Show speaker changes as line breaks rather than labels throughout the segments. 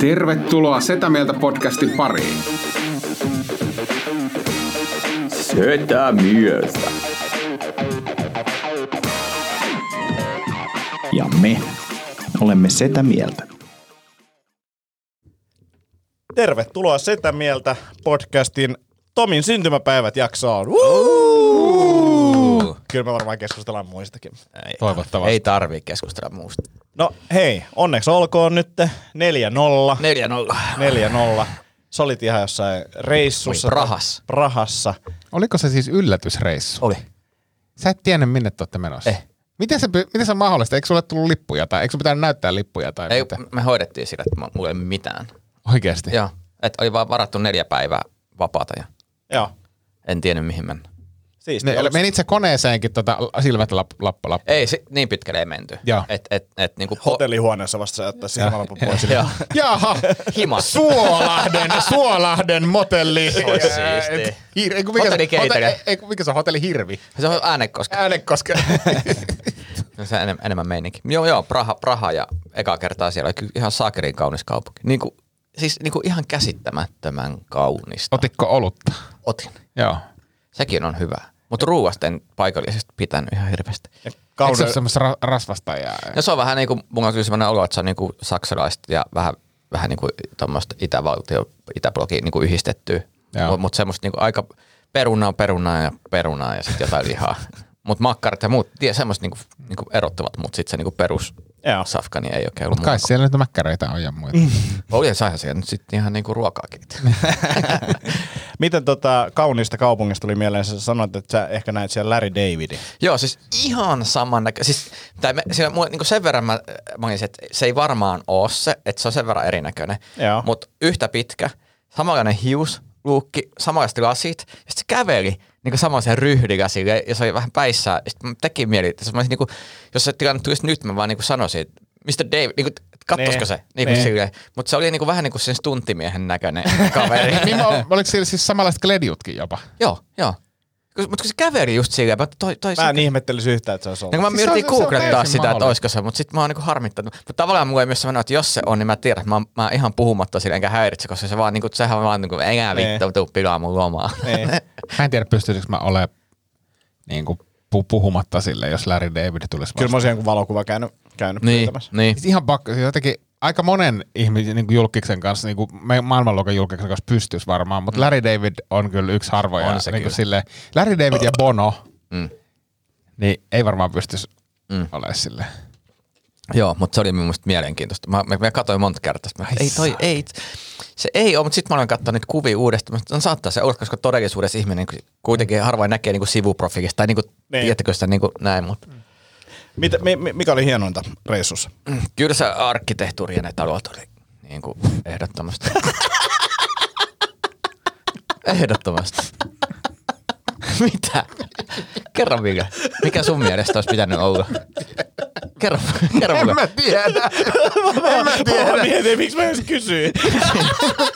Tervetuloa Setä Mieltä podcastin pariin.
Sötä myöstä.
Ja me olemme sitä mieltä.
Tervetuloa Setä Mieltä podcastin Tomin syntymäpäivät jaksoon. Woo! Kyllä me varmaan keskustellaan muistakin.
Toivottavasti.
Ei tarvii keskustella muusta.
No hei, onneksi olkoon nyt 4-0.
4-0.
4-0. Sä olit ihan jossain reissussa.
Oli Prahassa.
Prahassa.
Oliko se siis yllätysreissu?
Oli.
Sä et tiennyt, minne te olette menossa.
Eh.
Miten se, miten se on mahdollista? Eikö sulle tullut lippuja tai eikö sun pitänyt näyttää lippuja tai
Ei,
mitä?
me hoidettiin sillä, että mulla ei ollut mitään.
Oikeasti.
Joo. Et oli vaan varattu neljä päivää vapaata ja
Joo.
en tiennyt mihin mennä.
Siisti.
Ne, menit se koneeseenkin tota, silmät lap, lappa, lappa.
Ei, si- niin pitkälle ei menty.
Joo.
Et, et, et, niinku po-
Hotellihuoneessa vasta sä ottaa silmälapun pois.
Joo.
Jaha,
Himas.
Suolahden, Suolahden motelli.
olisi siistiä.
Hir- ei, kun mikä, se,
Hotelli
hote,
catering.
ei, ei, kun mikä se on hotelli Hirvi?
Se on äänekoska. No
Äänekoske.
Se on enemmän, enemmän meininki. Joo, joo, Praha, Praha ja eka kertaa siellä. Ky- Ihan saakerin kaunis kaupunki. Niinku, siis niinku ihan käsittämättömän kaunista.
Otitko olutta?
Otin.
Joo.
Sekin on hyvä. Mutta ruuasta en paikallisesti pitänyt ihan hirveästi.
Eikö se ole
Kauden,
semmoista ra- rasvasta? Ja...
No se on vähän niin kuin, mulla on kyllä sellainen olo, että se on niin kuin saksalaiset ja vähän, vähän niin kuin tuommoista itävaltio, itäblogia niin kuin yhdistettyä.
Joo.
Mutta mut semmoista niin kuin aika perunaa, perunaa ja perunaa ja sitten jotain lihaa. Mutta makkarat ja muut, tie, semmoista niin kuin, niin kuin erottavat, mutta sitten se niin kuin perus
Joo.
safka, niin ei oikein ollut
Kai
muuta.
siellä nyt mäkkäreitä on ja muita.
Mm. Oli saihan siellä nyt sitten ihan niin kuin ruokaakin.
miten tota kauniista kaupungista tuli mieleen, sä sanoit, että sä ehkä näet siellä Larry Davidin.
Joo, siis ihan saman näkö. Siis, tai me, sillä, mulle, niin sen verran mä, mä olisin, että se ei varmaan ole se, että se on sen verran erinäköinen.
Joo.
Mutta yhtä pitkä, samanlainen hius, luukki, samanlaiset lasit. Ja sitten se käveli niin samanlaisen ryhdillä sille, ja se oli vähän päissään. Sitten teki mieli, että se olisi niin kuin, jos se tilanne tulisi nyt, mä vaan niin kuin sanoisin, että Mr. Dave, niin kuin, kattoisiko
Niin,
se? Niin kuin
niin.
silleen. Mutta se oli niin kuin, vähän niin kuin sen stuntimiehen näköinen kaveri.
niin, mä, oliko siellä siis samanlaiset kledjutkin jopa?
joo, joo. Mutta kun se käveli just silleen, mä, toi, toi,
Mä
se-
en ihmettelisi yhtään, että se olisi
No,
ollut.
kun mä
Siis se
siis
on-
yritin
se on
googlettaa
täysin
sitä, että
mahdollista.
olisiko se, mutta sitten mä oon niinku harmittanut. Mutta tavallaan mulla ei myös sanoa, että jos se on, niin mä tiedän, että mä, oon- mä oon ihan puhumatta sille enkä häiritse, koska se vaan, niinku, sehän on vaan niinku, enää
Niin.
vittu, tuu pilaa mun lomaa.
Niin.
Mä en tiedä, pystyisikö mä ole niin kuin, pu- puhumatta sille, jos Larry David tulisi
Kyllä mä
vastaan.
olisin jonkun valokuva käynyt, käynyt
niin,
pyytämässä.
niin.
Siis Ihan pakko, siis jotenkin aika monen ihmisen niin kuin julkiksen kanssa, niin kuin me- maailmanluokan julkiksen kanssa pystyisi varmaan, mutta Larry David on kyllä yksi harvoja.
Mm. On se
niin kuin
kyllä.
sille, Larry David ja Bono,
Mm.
niin ei varmaan pystyisi mm.
Mm.
olemaan sille.
Joo, mutta se oli mun mielestä mielenkiintoista. Mä, mä, mä katsoin monta kertaa, sit mä, ei toi, ei, se ei ole, mutta sitten mä olen katsonut niitä kuvia uudestaan, mutta saattaa se olla, koska todellisuudessa ihminen niinku kuitenkin harvoin näkee niinku sivuprofiilista tai niinku,
Niin.
tiedättekö sitä niinku näin, mutta
Mitä, mi, mi- mikä oli hienointa reissussa?
kyllä se arkkitehtuuri ja ne talot oli niinku ehdottomasti. ehdottomasti. Mitä? Kerro mikä. Mikä sun mielestä olisi pitänyt olla? Kerro, kerro mulle.
tiedä. en mä
Mä mietin, miksi mä edes kysyin.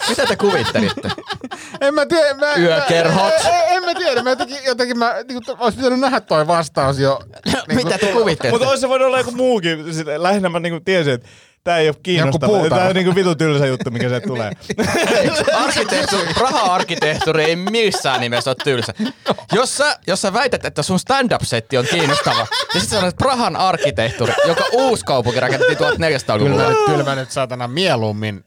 Mitä te kuvittelitte?
Niin En mä tiedä. Mä,
Yökerhot.
Mä, en, en mä tiedä. Mä jotenkin, jotenkin mä, niin kuin, olisi pitänyt nähdä toi vastaus jo. niinku-
Mitä te kuvittelitte?
Mutta olisi se voinut olla joku muukin. Siis lähinnä mä niinku tiesin, että tää ei ole kiinnostavaa.
puutarha.
Tää on niinku vitun tylsä juttu, mikä se tulee.
Arkkitehtuuri, raha-arkkitehtuuri ei missään nimessä ole tylsä. Jos sä, jos sä väität, että sun stand-up-setti on kiinnostava, niin sit sä sanot Prahan arkkitehtuuri, joka uusi kaupunki rakennettiin
Kyllä Ah! mä,
1400-luvulla.
nyt, kyllä mä nyt saatana mieluummin,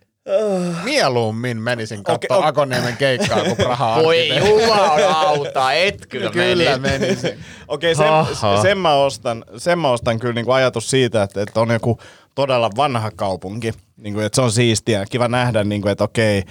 mieluummin menisin katsoa okay,
okei.
Akoniemen keikkaa kuin Prahaa.
Voi jumalauta, et kyllä,
Kyllä
meni.
menisin.
Okei, sen,
Aha.
sen, mä ostan, sen mä ostan kyllä niinku ajatus siitä, että, että on joku todella vanha kaupunki. Niinku, että se on siistiä. Kiva nähdä, niinku, että okei,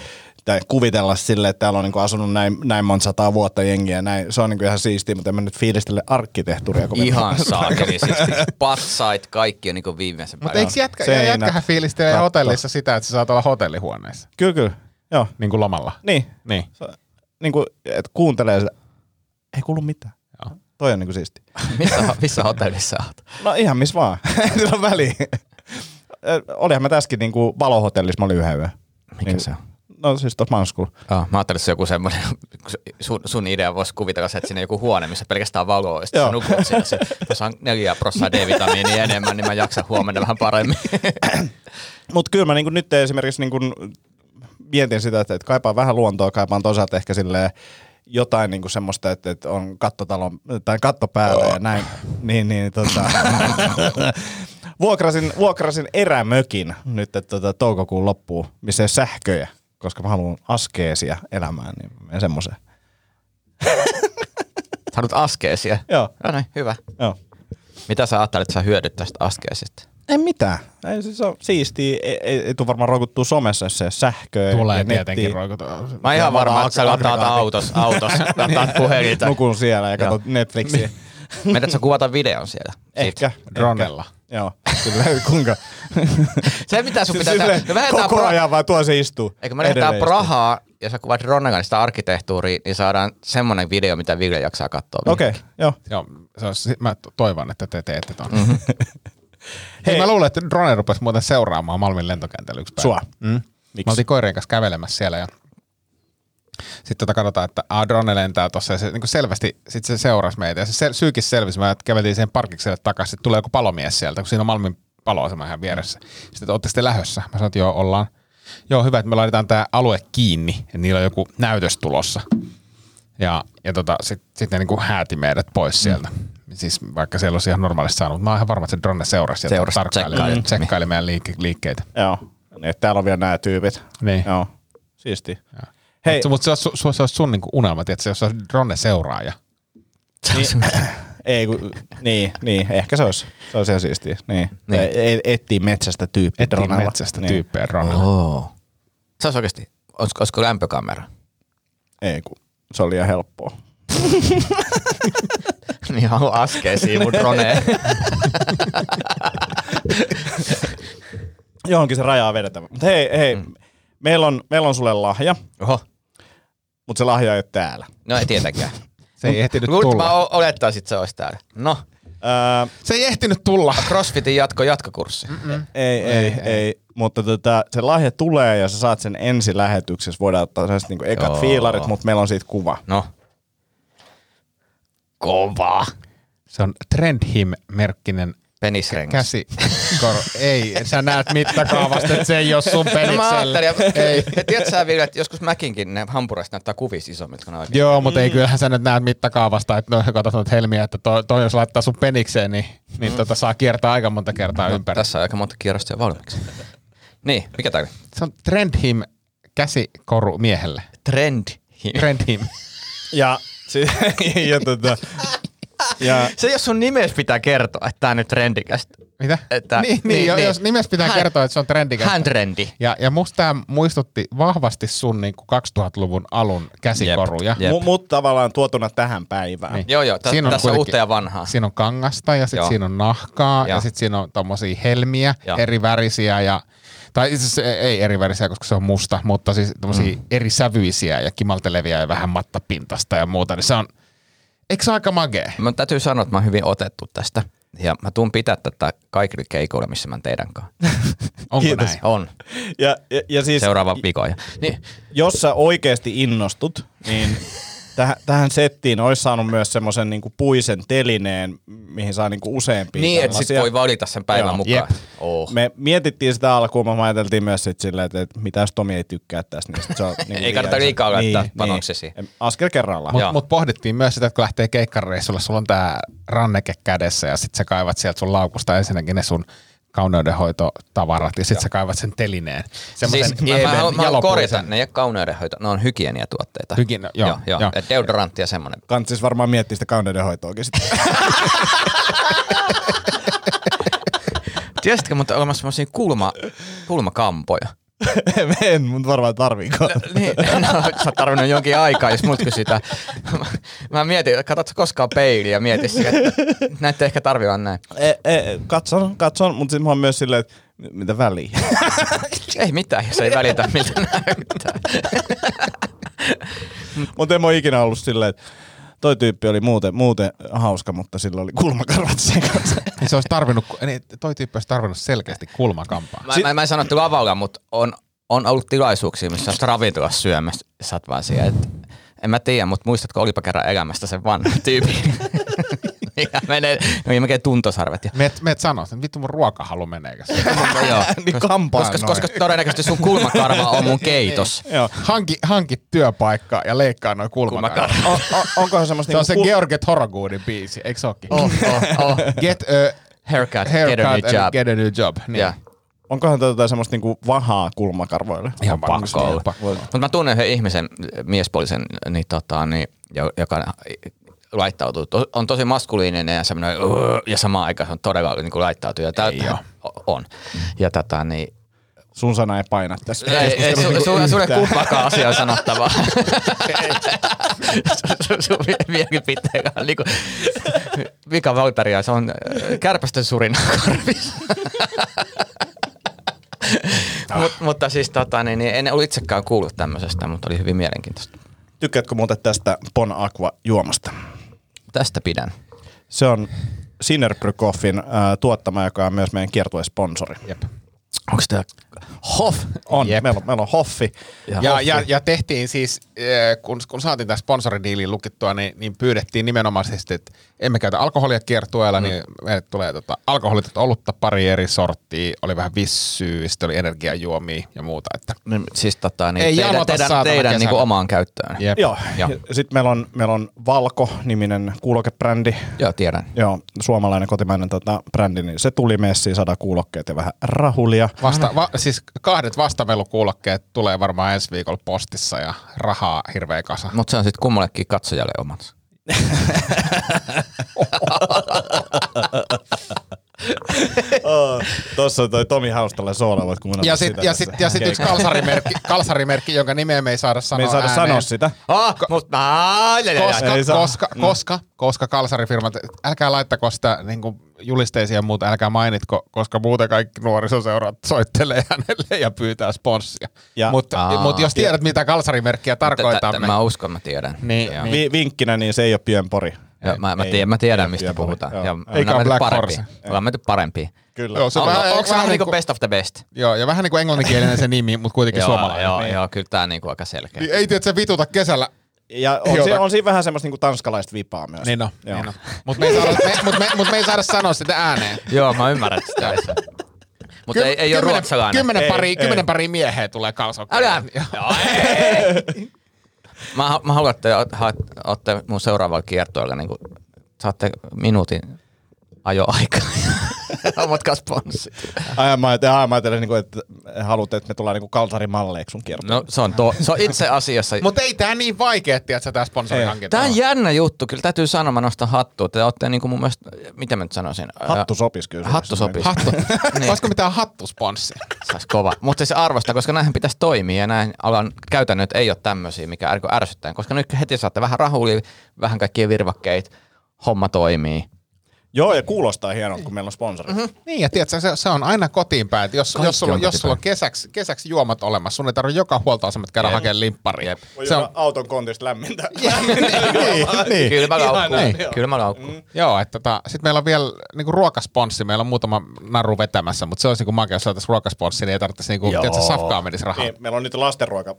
tai kuvitella sille, että täällä on niinku asunut näin, näin monta sataa vuotta jengiä. ja Näin. Se on niinku ihan siistiä, mutta en mä nyt fiilistele arkkitehtuuria. kovin
Ihan saakeli, siis patsait kaikki on niinku viimeisen
Mutta eikö
päälle.
jätkä,
Seinät.
jätkähän fiilistelee
Katto.
hotellissa sitä, että sä saat olla hotellihuoneessa?
Kyllä, kyllä. Joo.
Niin kuin lomalla.
Niin.
Niin.
niin kuin, että kuuntelee sitä. Ei kuulu mitään.
Joo.
Toi on niinku siisti.
Missä, missä hotellissa oot?
No ihan missä vaan. Ei Sillä on väliä. Ö, Olihan mä tässäkin niinku niin valohotellissa, mä olin yhden yön.
Mikä
Niin.
se on?
no siis tuossa maaliskuulla.
Ah, mä ajattelin, että se on joku semmoinen, sun, sun idea voisi kuvitella se, että siinä on joku huone, missä pelkästään valoa, ja sitten
Joo.
sä nukut siellä, se, tuossa on neljä prossaa D-vitamiinia enemmän, niin mä jaksan huomenna vähän paremmin.
Mutta kyllä mä niinku nyt esimerkiksi niinku mietin sitä, että, että kaipaan vähän luontoa, kaipaan toisaalta ehkä silleen jotain niinku semmoista, että, että on kattotalon, tai katto päällä ja näin. Niin, niin, tota. vuokrasin, vuokrasin erämökin nyt että, tota, toukokuun loppuun, missä ei ole sähköjä, koska mä haluan askeesia elämään, niin mä menen semmoiseen.
Sä haluat askeesia.
Joo,
No niin, hyvä.
joo.
Mitä sä ajattelet, että sä hyödyt tästä askeesista?
Ei mitään. Ei, siis on siistiä. Ei, ei, ei tule varmaan roikuttua somessa, jos ei ole sähköä.
Tulee
ja
tietenkin
nettiä.
roikutaan.
Mä oon ihan varma, että sä lataat autos, autos,
Niin.
lataat puhelinta.
Nukun siellä ja katsot Netflixiä.
Meidät sä kuvata videon siellä.
Ehkä.
Dronella.
Ehkä. Joo, kyllä. Kuinka?
Se mitä sun
Siis
pitää tehdä.
silleen
Me lähdetään
koko
Pra-
ajan vaan tuo se istuu.
Eikö me lähdetään
Edelleen niin. istuu.
Prahaa ja sä kuvaat Ronnella niin sitä arkkitehtuuria, niin saadaan semmonen video, mitä Ville jaksaa katsoa.
Okei, okay, joo.
Joo, se on, si- mä to- toivon, että te teette ton. Mm-hmm. Hei, mä luulen, että drone rupesi muuten seuraamaan Malmin lentokentällä yksi päivä.
Sua.
Mm. Miksi? Mä oltiin koirien kanssa kävelemässä siellä ja sitten tota katsotaan, että a, drone lentää tuossa ja se niin selvästi sit se seurasi meitä. Ja se sel- syykis selvisi, mä käveltiin sen parkikselle takaisin, sitten tulee joku palomies sieltä, kun siinä on Malmin paloasema ihan vieressä.
Mm.
Sitten, että ootteko te lähdössä? Mä sanoin, että joo, ollaan. Joo, hyvä, että me laitetaan tämä alue kiinni, ja niillä on joku näytös tulossa. Ja, ja tota, sitten sit ne niinku hääti meidät
Mm.
pois sieltä. Siis vaikka siellä olisi ihan normaalisti saanut, mutta mä oon ihan varma, että se drone seurasi ja
Seurasi,
tarkkaili,
tsekkaili.
tsekkaili meidän liike- liikkeitä.
Joo. Niin, täällä on vielä nämä tyypit.
Niin.
Joo. Siisti.
Hei.
Hei.
Mutta mut se, olisi, su, se olisi sun niinku unelma, tiedätkö, jos olisi drone seuraaja.
niin- Ei, kun, niin, niin, ehkä se olisi, se olisi ihan siistiä. Niin.
Niin.
niin. Etsiä metsästä tyyppi
Etsiä
dronella.
metsästä niin.
Niin.
tyyppejä dronella.
Oh. Se olisi oikeasti, olisiko, olisiko lämpökamera?
Ei, kun se oli ihan helppoa.
niin haluan askeisiin mun droneen.
Johonkin se rajaa vedetään. Mutta hei, hei, mm. meillä, on, meillä on sulle lahja,
Oho.
mutta se lahja ei ole täällä.
No ei tietenkään.
Se ei ehtinyt
Luulit,
tulla.
mä o- olettaisin, että se olisi täällä. No,
Öö,
Se ei ehtinyt tulla.
CrossFitin jatko jatkokurssi.
Ei, ei, ei, ei. Mutta tota, se lahja tulee ja sä saat sen ensi lähetyksessä. Voidaan ottaa sellaiset niinku ekat
Joo.
Joo. fiilarit, mutta meillä on siitä kuva.
No. Kovaa.
Se on Trendhim-merkkinen
Penisrengas.
käsi. Kor- ei, sä näet mittakaavasta, että se ei ole sun
No mä
peniksellä.
ajattelin, ja, ja tiedät sä vielä, että joskus mäkinkin ne hampuraiset näyttää kuvissa isommilta kuin ne oikein.
Joo, mutta ei kyllähän sä nyt näet mittakaavasta, että no, katsot noita helmiä, että toi, toi jos laittaa sun penikseen, niin, niin tota, saa kiertää aika monta kertaa ympäri.
Tässä on aika monta kierrosta jo valmiiksi. niin, mikä tää oli?
Se on Trendhim käsikoru miehelle.
Trend.
Trendhim.
Ja, si- ja, tota, ja
Se jos sun nimes pitää kertoa, että tää on nyt trendikästä.
Mitä?
Että-
niin, niin,
niin,
niin, jo,
niin.
jos nimessä pitää
Hän-
kertoa, että se on trendikästä.
Hän trendi.
Ja, ja musta tämä muistutti vahvasti sun niin 2000-luvun alun käsikoruja.
Jep.
mu- mut tavallaan tuotuna tähän päivään. Niin.
Niin.
Joo, joo, tä-
Siinä on
tässä on
kuitenkin-
uutta ja vanhaa.
Siinä on kangasta ja
Joo.
sitten siinä on nahkaa ja,
Joo.
ja sitten siinä on tommosia helmiä,
Joo.
ja. eri värisiä ja tai itse asiassa e- ei eri värisiä, koska se on musta, mutta siis tommosia mm. eri sävyisiä ja kimalteleviä ja vähän mattapintasta ja muuta, niin se on, eikö se ole aika magee?
Mä täytyy sanoa, että mä oon hyvin otettu tästä. Ja mä tuun pitää tätä kaikille keikoille, missä mä oon teidän kanssa.
Onko
Kiitos.
näin?
On.
Ja, ja, ja siis,
Seuraava vikoja. Niin,
jos sä oikeasti innostut, niin tähän, tähän settiin olisi saanut myös semmoisen niinku puisen telineen, mihin saa niinku useampia.
niin että sit
tällaisia.
voi valita sen päivän
Joo,
mukaan.
jep.
Oh.
Me mietittiin sitä alkuun, mutta me ajateltiin myös sit silleen, että, että mitä jos Tomi ei tykkää tästä, niin sit se on niinku
Ei kannata
liian-
liikaa laittaa panoksesi.
Askel kerrallaan.
Mutta
Joo.
mut pohdittiin myös sitä, että kun lähtee keikkareissulle, sulla on tämä ranneke kädessä ja sitten sä kaivat sieltä sun laukusta ensinnäkin ne sun kauneudenhoitotavarat ja sitten sä kaivat sen telineen. Semmoisen
Siis, mä, mä, haluan- mä haluan korjata,
jalopuisen.
ne ei ole kauneudenhoito, ne on hygieniatuotteita.
Hygienia- joo,
joo, joo.
joo.
Et Deodorantti ja semmoinen.
Kant siis varmaan miettii sitä kauneudenhoitoakin sitten.
Tiesitkö, mutta on olemassa semmoisia kulma, kulmakampoja.
en, mutta varmaan tarviiko.
Niin, no, sä oot tarvinnut jonkin aikaa, jos multa sitä. Mä, mä mietin, että katsotko koskaan peiliä ja mieti sitä, että näette ehkä tarvitaan näin.
e, e, katson, katson, mutta sitten mä oon myös silleen, että mit- mitä väliä.
Ei mitään, jos ei välitä, miltä näyttää.
mutta en mä oo ikinä ollut silleen, että toi tyyppi oli muuten, muuten hauska, mutta sillä oli kulmakarvat sen kanssa.
Niin se olisi tarvinnut, niin toi tyyppi olisi tarvinnut selkeästi kulmakampaa.
Mä, mä, mä en sano, että lavalla, mutta on, on ollut tilaisuuksia, missä on ravintolassa syömässä, sä oot vaan siellä, että en mä tiedä, mutta muistatko olipa kerran elämästä sen vanhan tyypin? ja menee, no ja menee tuntosarvet. Ja,
Meet, meet sanoa, että vittu mun ruokahalu meneekäs.
joo,
Niin kampaan
koska,
noin.
koska, todennäköisesti sun kulmakarva on mun keitos.
Joo.
Hanki, hanki työpaikka ja leikkaa noin kulmakarvat.
On, on, onkohan semmoista
Se on se
niinku
George Thorogoodin biisi, eikö se ookin?
Niin Oh, oh, oh.
Get a
Haircut,
haircut
get a new
and
job.
get a new job. Niin.
Joo.
Onkohan tätä jotain semmoista niinku vahaa kulmakarvoille? niinku-
Ihan
pakko olla.
Pakko olla.
Mutta mä tunnen yhden ihmisen, miespuolisen, niin, tota, niin, jo- joka laittautuu, to- on tosi maskuliininen ja semmoinen, "Ugh", ja samaan aikaan se on todella niin kuin laittautuu. Ja tää, o- on. Ja tota, niin,
Sun sana ei paina tässä.
ei, ei, ei, su,
keskustelussa
su, sulle
yhtään.
kumpaakaan asiaa sanottavaa. Sun vieläkin pitää, niin kuin, Mika Valtaria, se on äh, kärpästen surina korvissa. Mut, mutta siis tota, niin, niin, en ollut itsekään kuullut tämmöisestä, mutta oli hyvin mielenkiintoista.
Tykkäätkö muuten tästä Bon Aqua juomasta?
Tästä pidän.
Se on Sinerbrykoffin äh, tuottama, joka on myös meidän kiertuesponsori. Jep.
Onko tämä
Hoff on.
Jep.
Meillä on, meillä on Hoffi.
Ja, ja, ja tehtiin siis, eh, kun, kun saatiin tämä sponsoridiili lukittua, niin, niin pyydettiin nimenomaisesti, että emme käytä alkoholia kiertueella, mm. niin meille tulee tota, alkoholitonta olutta, pari eri sorttia, oli vähän vissyä, sitten oli energiajuomia ja muuta. Että.
Niin, Siis tota, niin
Ei
teidän,
jalota
teidän,
saatana
teidän niinku
kesällä.
omaan käyttöön.
Jep.
Joo.
Joo.
Sitten meillä on, meillä on Valko-niminen kuulokebrändi.
Joo, tiedän.
Joo, suomalainen kotimainen tota, brändi, niin se tuli messiin, sada kuulokkeet ja vähän rahulia.
Vasta, va, siis kahdet vastamelukuulokkeet tulee varmaan ensi viikolla postissa ja rahaa hirveä kasa.
Mutta se on sitten kummallekin katsojalle omat.
Tuossa toi Tomi Haustalla soola, voit kuunnella
Ja sitten ja sit, ja sit yksi kalsarimerkki, kalsarimerkki, jonka nimeä me ei saada sanoa
Me ei saada
ääneen.
sanoa sitä.
Ah, mutta
koska,
Ei saa.
koska,
Mm.
koska, koska kalsarifirmat, älkää laittako sitä niin julisteisiin ja muuta, älkää mainitko, koska muuten kaikki nuorisoseurat soittelee hänelle ja pyytää sponssia.
Ja-
Mutta
Aa.
mut jos tiedät, mitä kalsarimerkkiä tarkoitamme.
Mä uskon, mä tiedän.
Niin,
Joo.
niin.
Vi- vinkkinä, niin se ei ole pienpori.
Joo, mä, mä,
ei,
tiedän, mä tiedän,
ei
mistä
ole Black
puhutaan.
Horse.
Joo.
Joo.
me
Eikä
ollaan
ole
menty
Black
parempiin.
Horse.
Ollaan menty parempiin.
Kyllä.
Joo, se on
On,
vähän,
onko
onko
se vähän
vähän
niin
niinku,
kuin best of the best?
joo, ja vähän niin kuin englanninkielinen se nimi, mutta kuitenkin joo, suomalainen.
Joo, joo, kyllä tää on niinku aika selkeä.
Niin ei tiedä, että se vituta kesällä.
Ah, Ja on,
Joo,
si-
tak-
on siinä vähän semmoista niinku tanskalaista vipaa myös.
Niin no,
Joo.
niin no. Mutta me, ei saada- me, mut me, mut me ei saada sanoa sitä ääneen.
Joo, mä ymmärrän sitä. Mutta
Ky-
ei, ei ole
kymmenen-
ruotsalainen.
Kymmenen
Ei,
pari,
ei.
kymmenen pari mieheä tulee kalsokkeelle.
Älä! Joo, ei. Mä, ha- mä haluan, että te oot- haet- ootte mun seuraavalla kiertoilla niin saatte minuutin ajoaikaa. Omatkaa sponssit.
Ai, mä ajattelin, ai, mä ajattelin niinku, että haluat, että me tullaan niinku kalsarimalleiksi sun kiertoon.
No se on, to- se on itse asiassa.
Mutta ei tää niin vaikea, että sä tää sponsorihankinta.
Tämä
on.
on jännä juttu, kyllä täytyy sanoa, mä nostan hattua. Te olette niin kuin mun mielestä, miten mä nyt sanoisin?
Hattu sopisi kyllä. Siis niinku-
Hattu
Hattu.
sopii. Niin.
niin. Olisiko mitään hattusponssi?
Saisi kova. Mutta se arvostaa, koska näinhän pitäisi toimia ja näin alan käytännöt ei ole tämmöisiä, mikä ärky- ärsyttää. Koska nyt heti saatte vähän rahulia, vähän kaikkia virvakkeita, homma toimii.
Joo, ja kuulostaa hienolta, kun meillä on sponsori. Mm-hmm.
Niin, ja tiedätkö, se, se on aina kotiin päin. että Jos,
Kaikki
jos sulla,
on
on jos sulla on
kotipäin.
kesäksi, kesäksi juomat olemassa, sun ei tarvitse joka huoltoasemat käydä hakemaan limppariin.
Voi
Se on,
auton kontista lämmintä.
niin, niin.
Kylmä laukku.
näin,
Kylmä laukku.
Joo, että tota, sitten meillä on vielä niinku ruokasponssi, meillä on muutama naru vetämässä, mutta se olisi niinku makea, jos saataisiin ruokasponssi, niin ei tarvitsisi niinku, tiedätkö, safkaa menisi rahaa.
niin, meillä on nyt lastenruoka.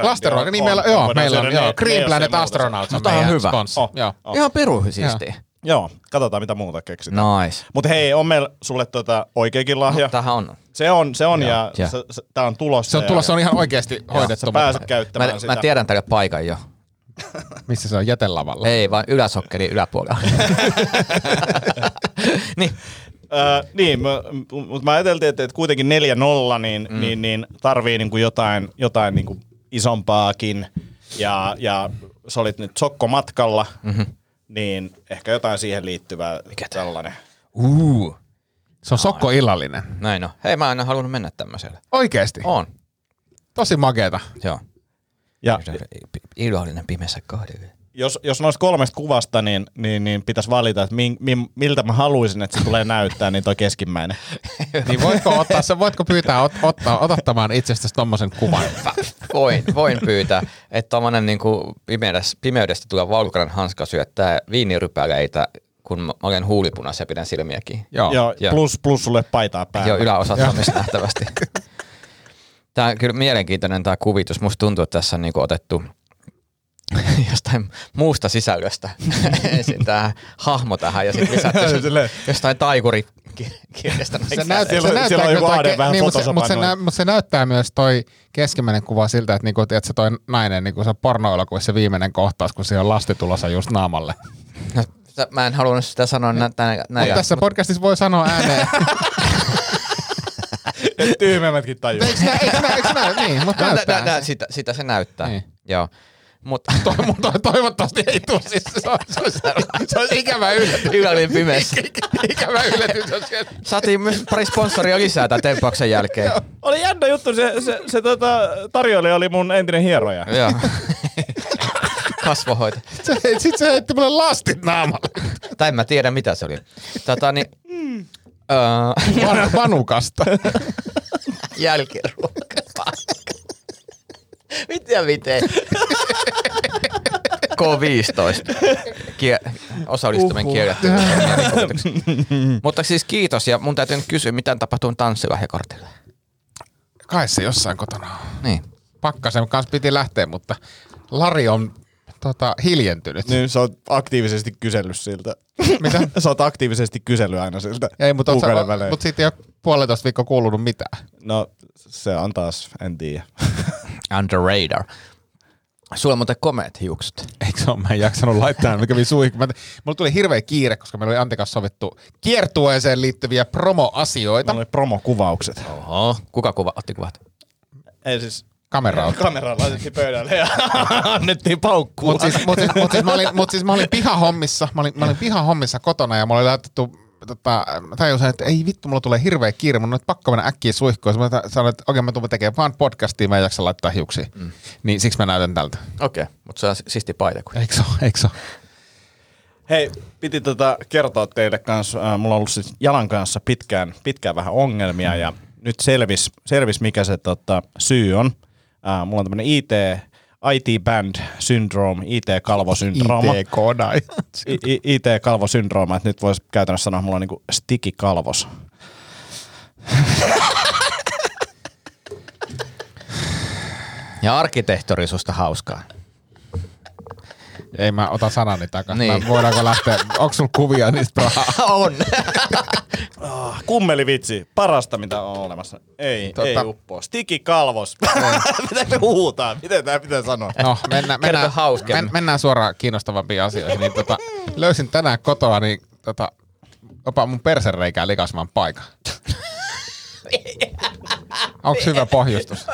Lastenruoka, niin meillä, joo, meillä on, joo, Green Planet Astronauts on
Mutta on
meidän
hyvä.
sponssi.
On.
Joo.
Ihan piru siistiä.
Joo, katsotaan mitä muuta keksit.
No.
Nice.
Mutta hei, on meillä sulle tota oikeakin
Ah,
lahja.
Tähän on.
se on, se on ja,
ja.
ja. tämä on tulossa.
Se on
ja-
tulossa, se on ihan oikeasti hoidettu.
Sä
mutta-
pääset
Mä,
käyttämään sitä.
mä tiedän tälle paikan jo.
Missä se on jätelavalla?
Ei, vaan yläsokkeli yläpuolella. niin,
Öö, niin, mutta mä ajateltiin, että, että kuitenkin 4-0, niin, mm. niin, niin tarvii niinku jotain, jotain niinku isompaakin. Ja, ja sä olit nyt sokkomatkalla, mm-hmm. niin ehkä jotain siihen liittyvää Mikä tällainen.
uu.
Se on sokkoillallinen.
Näin on. Hei, mä en aina halunnut mennä tämmöiselle.
Oikeesti.
On.
Tosi makeeta.
Joo.
Ja
Iloinen pimeässä kohdille.
jos, jos noista kolmesta kuvasta, niin, niin, niin pitäisi valita, että min, min, miltä mä haluaisin, että se tulee näyttää, niin toi keskimmäinen.
Niin voitko, ottaa, sen, voitko pyytää ot, ottaa, otattamaan itsestäsi tommosen kuvan?
Voin, voin pyytää, että tommonen niinku pimeydessä, pimeydestä tulee valkoinen hanska syöttää viinirypäleitä, kun mä olen huulipunassa ja pidän silmiäkin.
Joo.
Joo,
joo.
plus, plus sulle paitaa päälle.
Joo, yläosa tämmöistä nähtävästi. Tämä on kyllä mielenkiintoinen tämä kuvitus. Musta tuntuu, että tässä on niinku otettu jostain muusta sisällöstä ensin tämä hahmo tähän ja sitten lisätty
Silleen.
sen jostain taikurikirjasta.
Se,
näin
näyt,
Siellä-
se näyttää,
siellä on
kyllä
joku
toi
ahde
ke-
vähän
niin, mutta, se, mutta, se,
fotosopannoin.
nä- mutta se näyttää myös toi keskimmäinen kuva siltä, että, niinku, että toi nainen, niinku se pornoelokuissa se viimeinen kohtaus, kun siellä on lasti tulossa just naamalle.
No, sitä- mä en halunnut sitä sanoa nä- nä- näin.
Mutta tässä podcastissa voi sanoa ääneen.
Et tyhmemmätkin tajuu.
eikö nä, eikö nä, eikö nä, niin, mutta
nä- nä-
näyttää.
nä- sitä, sitä se näyttää,
Niin.
joo. Mutta
Toi, mun toi, toivottavasti ei tule siis. Se on, se on, se on ikävä yllätys.
Yle oli pimeässä.
Ikävä yllätys. jos siellä-
Saatiin myös pari sponsoria lisää tämän tempauksen jälkeen.
Oli jännä juttu, se, se, se tota, tarjoilija oli mun entinen hieroja.
Joo. Kasvohoito.
se- Sit se heitti mulle lastit naamalle.
Tai en mä tiedä, mitä se oli. Tota, niin, öö,
Van, vanukasta.
jälkiruoka. Mitä miten? K15. Kie- osallistuminen
Uhuh.
kielletty. Mutta siis kiitos ja mun täytyy nyt kysyä, mitä tapahtuu tanssilahjakortille.
Kai se jossain kotona on.
Niin.
Pakkasen kanssa piti lähteä, mutta Lari on tota, hiljentynyt.
Niin sä oot aktiivisesti kysellyt siltä.
Mitä?
Sä oot aktiivisesti kysellyt aina siltä.
Ei, mutta, oot sä,
kuukauden välein.
mutta siitä ei ole puolentoista viikkoa kuulunut mitään.
No se on taas, en tiedä.
Under radar. Sulla on muuten komeet hiukset.
Eikö se ole? Mä en jaksanut laittaa, mikä kävi suihin. Mä, mulla tuli hirveä kiire, koska meillä oli Antikas sovittu kiertueeseen liittyviä promoasioita.
Mulla oli promokuvaukset.
Oho. Kuka kuva, otti kuvat?
Ei siis
Kamera
kamera laitettiin pöydälle ja annettiin paukkuun.
Mutta siis, mut siis, mut siis, mä olin, mut siis mä olin pihahommissa, mä olin, mä olin pihahommissa kotona ja mulla oli laitettu Tota, mä tajusin, että ei vittu, mulla tulee hirveä kiire, mun on nyt pakko mennä äkkiä suihkuun. Sitten Mä ta- sanoin, että okei, mä tulen tekemään vaan podcastia, mä en jaksa laittaa hiuksia. Mm. Niin siksi mä näytän tältä.
Okei, okay, mutta se on si- siisti paita. Kuin.
Eikö se ole? Eikö se ole?
Hei, piti tota kertoa teille kanssa. Äh, mulla on ollut siis jalan kanssa pitkään, pitkään vähän ongelmia ja nyt selvis, selvis mikä se tota, syy on. Äh, mulla on tämmönen IT, IT-band syndrome, IT-kalvosyndrooma.
Kodai.
I- I- IT-kalvosyndrooma, että nyt voisi käytännössä sanoa, että mulla on niinku stikikalvos.
Ja arkkitehtori susta hauskaa.
Ei mä ota sanani takas. Niin.
Niin.
Mä, voidaanko lähteä, onko sulla kuvia niistä rahaa?
on.
Kummelivitsi, parasta mitä on olemassa. Ei, tota... ei uppoa. Stikikalvos. Mitä me huutaa? Miten tämä pitää sanoa?
No, mennään,
Kerro
mennään,
hauskemmin.
men, mennään suoraan kiinnostavampiin asioihin. Niin, tota, löysin tänään kotoa, niin tota, jopa mun persereikää likasman paikan. Onko hyvä pohjustus?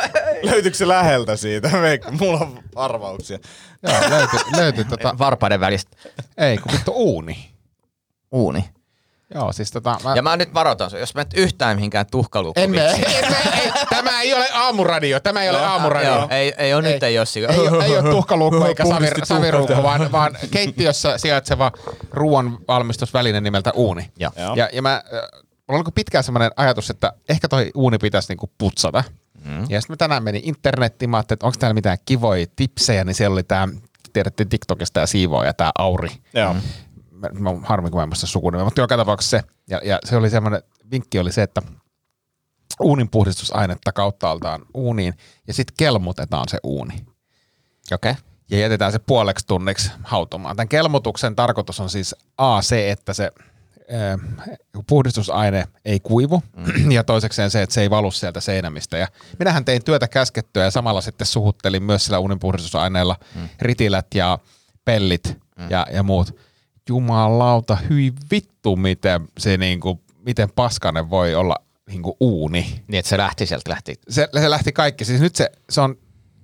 Löytyykö se läheltä siitä? Veikka, Mulla on arvauksia.
Joo, löytyi, löytyi tota,
Varpaiden välistä.
ei kun vittu uuni.
Uuni.
Joo, siis tota, mä,
Ja mä nyt varoitan sun, jos menet yhtään mihinkään tuhkaluukkuun.
en mene, en mene, ei, tämä ei ole aamuradio, tämä ei ole aamuradio.
Joo, ei, ei ole nyt, ei ole sillä.
Ei, oo- ei ole tuhkaluukku eikä
Puhdisti
savir, saviruukku, vaan, vaan keittiössä sijaitseva ruoanvalmistusväline nimeltä uuni.
Joo.
Joo.
Ja, ja mä, äh, mulla oli pitkään semmoinen ajatus, että ehkä toi uuni pitäisi niinku putsata. Mm. Ja sitten mä tänään menin internettiin, mä ajattelin, että onko täällä mitään kivoja tipsejä, niin siellä oli tämä, tiedätte TikTokista tämä siivoaja, tämä Auri.
Joo.
Mä, mä, harmi, kun mä en muista sukunimeä, mutta joka tapauksessa se. Ja, ja se oli semmoinen, vinkki oli se, että uunin puhdistusainetta kauttaaltaan uuniin ja sitten kelmutetaan se uuni
Okei. Okay.
ja jätetään se puoleksi tunniksi hautumaan. Tämän kelmutuksen tarkoitus on siis A, se, että se ö, puhdistusaine ei kuivu mm. ja toisekseen se, että se ei valu sieltä seinämistä. Ja minähän tein työtä käskettyä ja samalla sitten suhuttelin myös sillä uninpuhdistusaineella mm. ritilät ja pellit mm. ja, ja muut. Jumalauta, hyi vittu, miten, se niinku, miten paskanen voi olla niinku uuni
Niin, että se lähti sieltä, lähti.
se, se lähti kaikki. Siis nyt se, se on,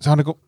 se on niinku,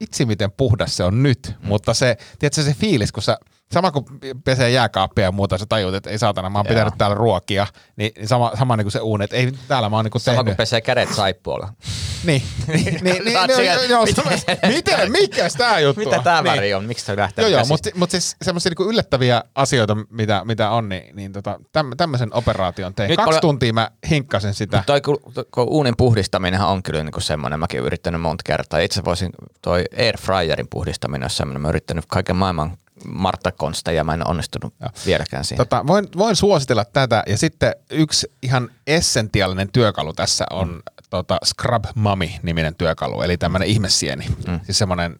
itse miten puhdas se on nyt, mm. mutta se, tiedätkö se fiilis, kun sä, sama kuin pesee jääkaappia ja muuta, sä tajut, että ei saatana, mä oon pitänyt täällä ruokia, niin niin sama, sama niin kuin se uuni, että ei täällä mä oon niin kuin
Sama kun
tehnyt.
pesee kädet saippualla.
Niin, niin, niin, niin,
Saat
joo,
siellä-
joo, sama- miten, mikäs tää juttu
Mitä
on?
tää
Niin.
väri on? Miksi se lähtee?
Joo, joo,
käsistä?
mutta, mutta siis semmoisia niinku yllättäviä asioita, mitä, mitä on, niin, niin tota, täm, tämmöisen operaation tein.
Nyt
Nyt Kaksi
ole-
tuntia mä hinkkasin sitä.
Toi, ku- to- kun uunin puhdistaminen on kyllä niin semmoinen, mäkin olen yrittänyt monta kertaa. Itse voisin, toi airfryerin puhdistaminen on semmoinen, mä oon yrittänyt kaiken maailman Martta Konsta ja mä en onnistunut ja. vieläkään siihen.
Tota, voin, voin suositella tätä. Ja sitten yksi ihan essentiaalinen työkalu tässä on tota, Scrub Mummy-niminen työkalu, eli tämmöinen ihmessieni. Mm. Siis semmoinen,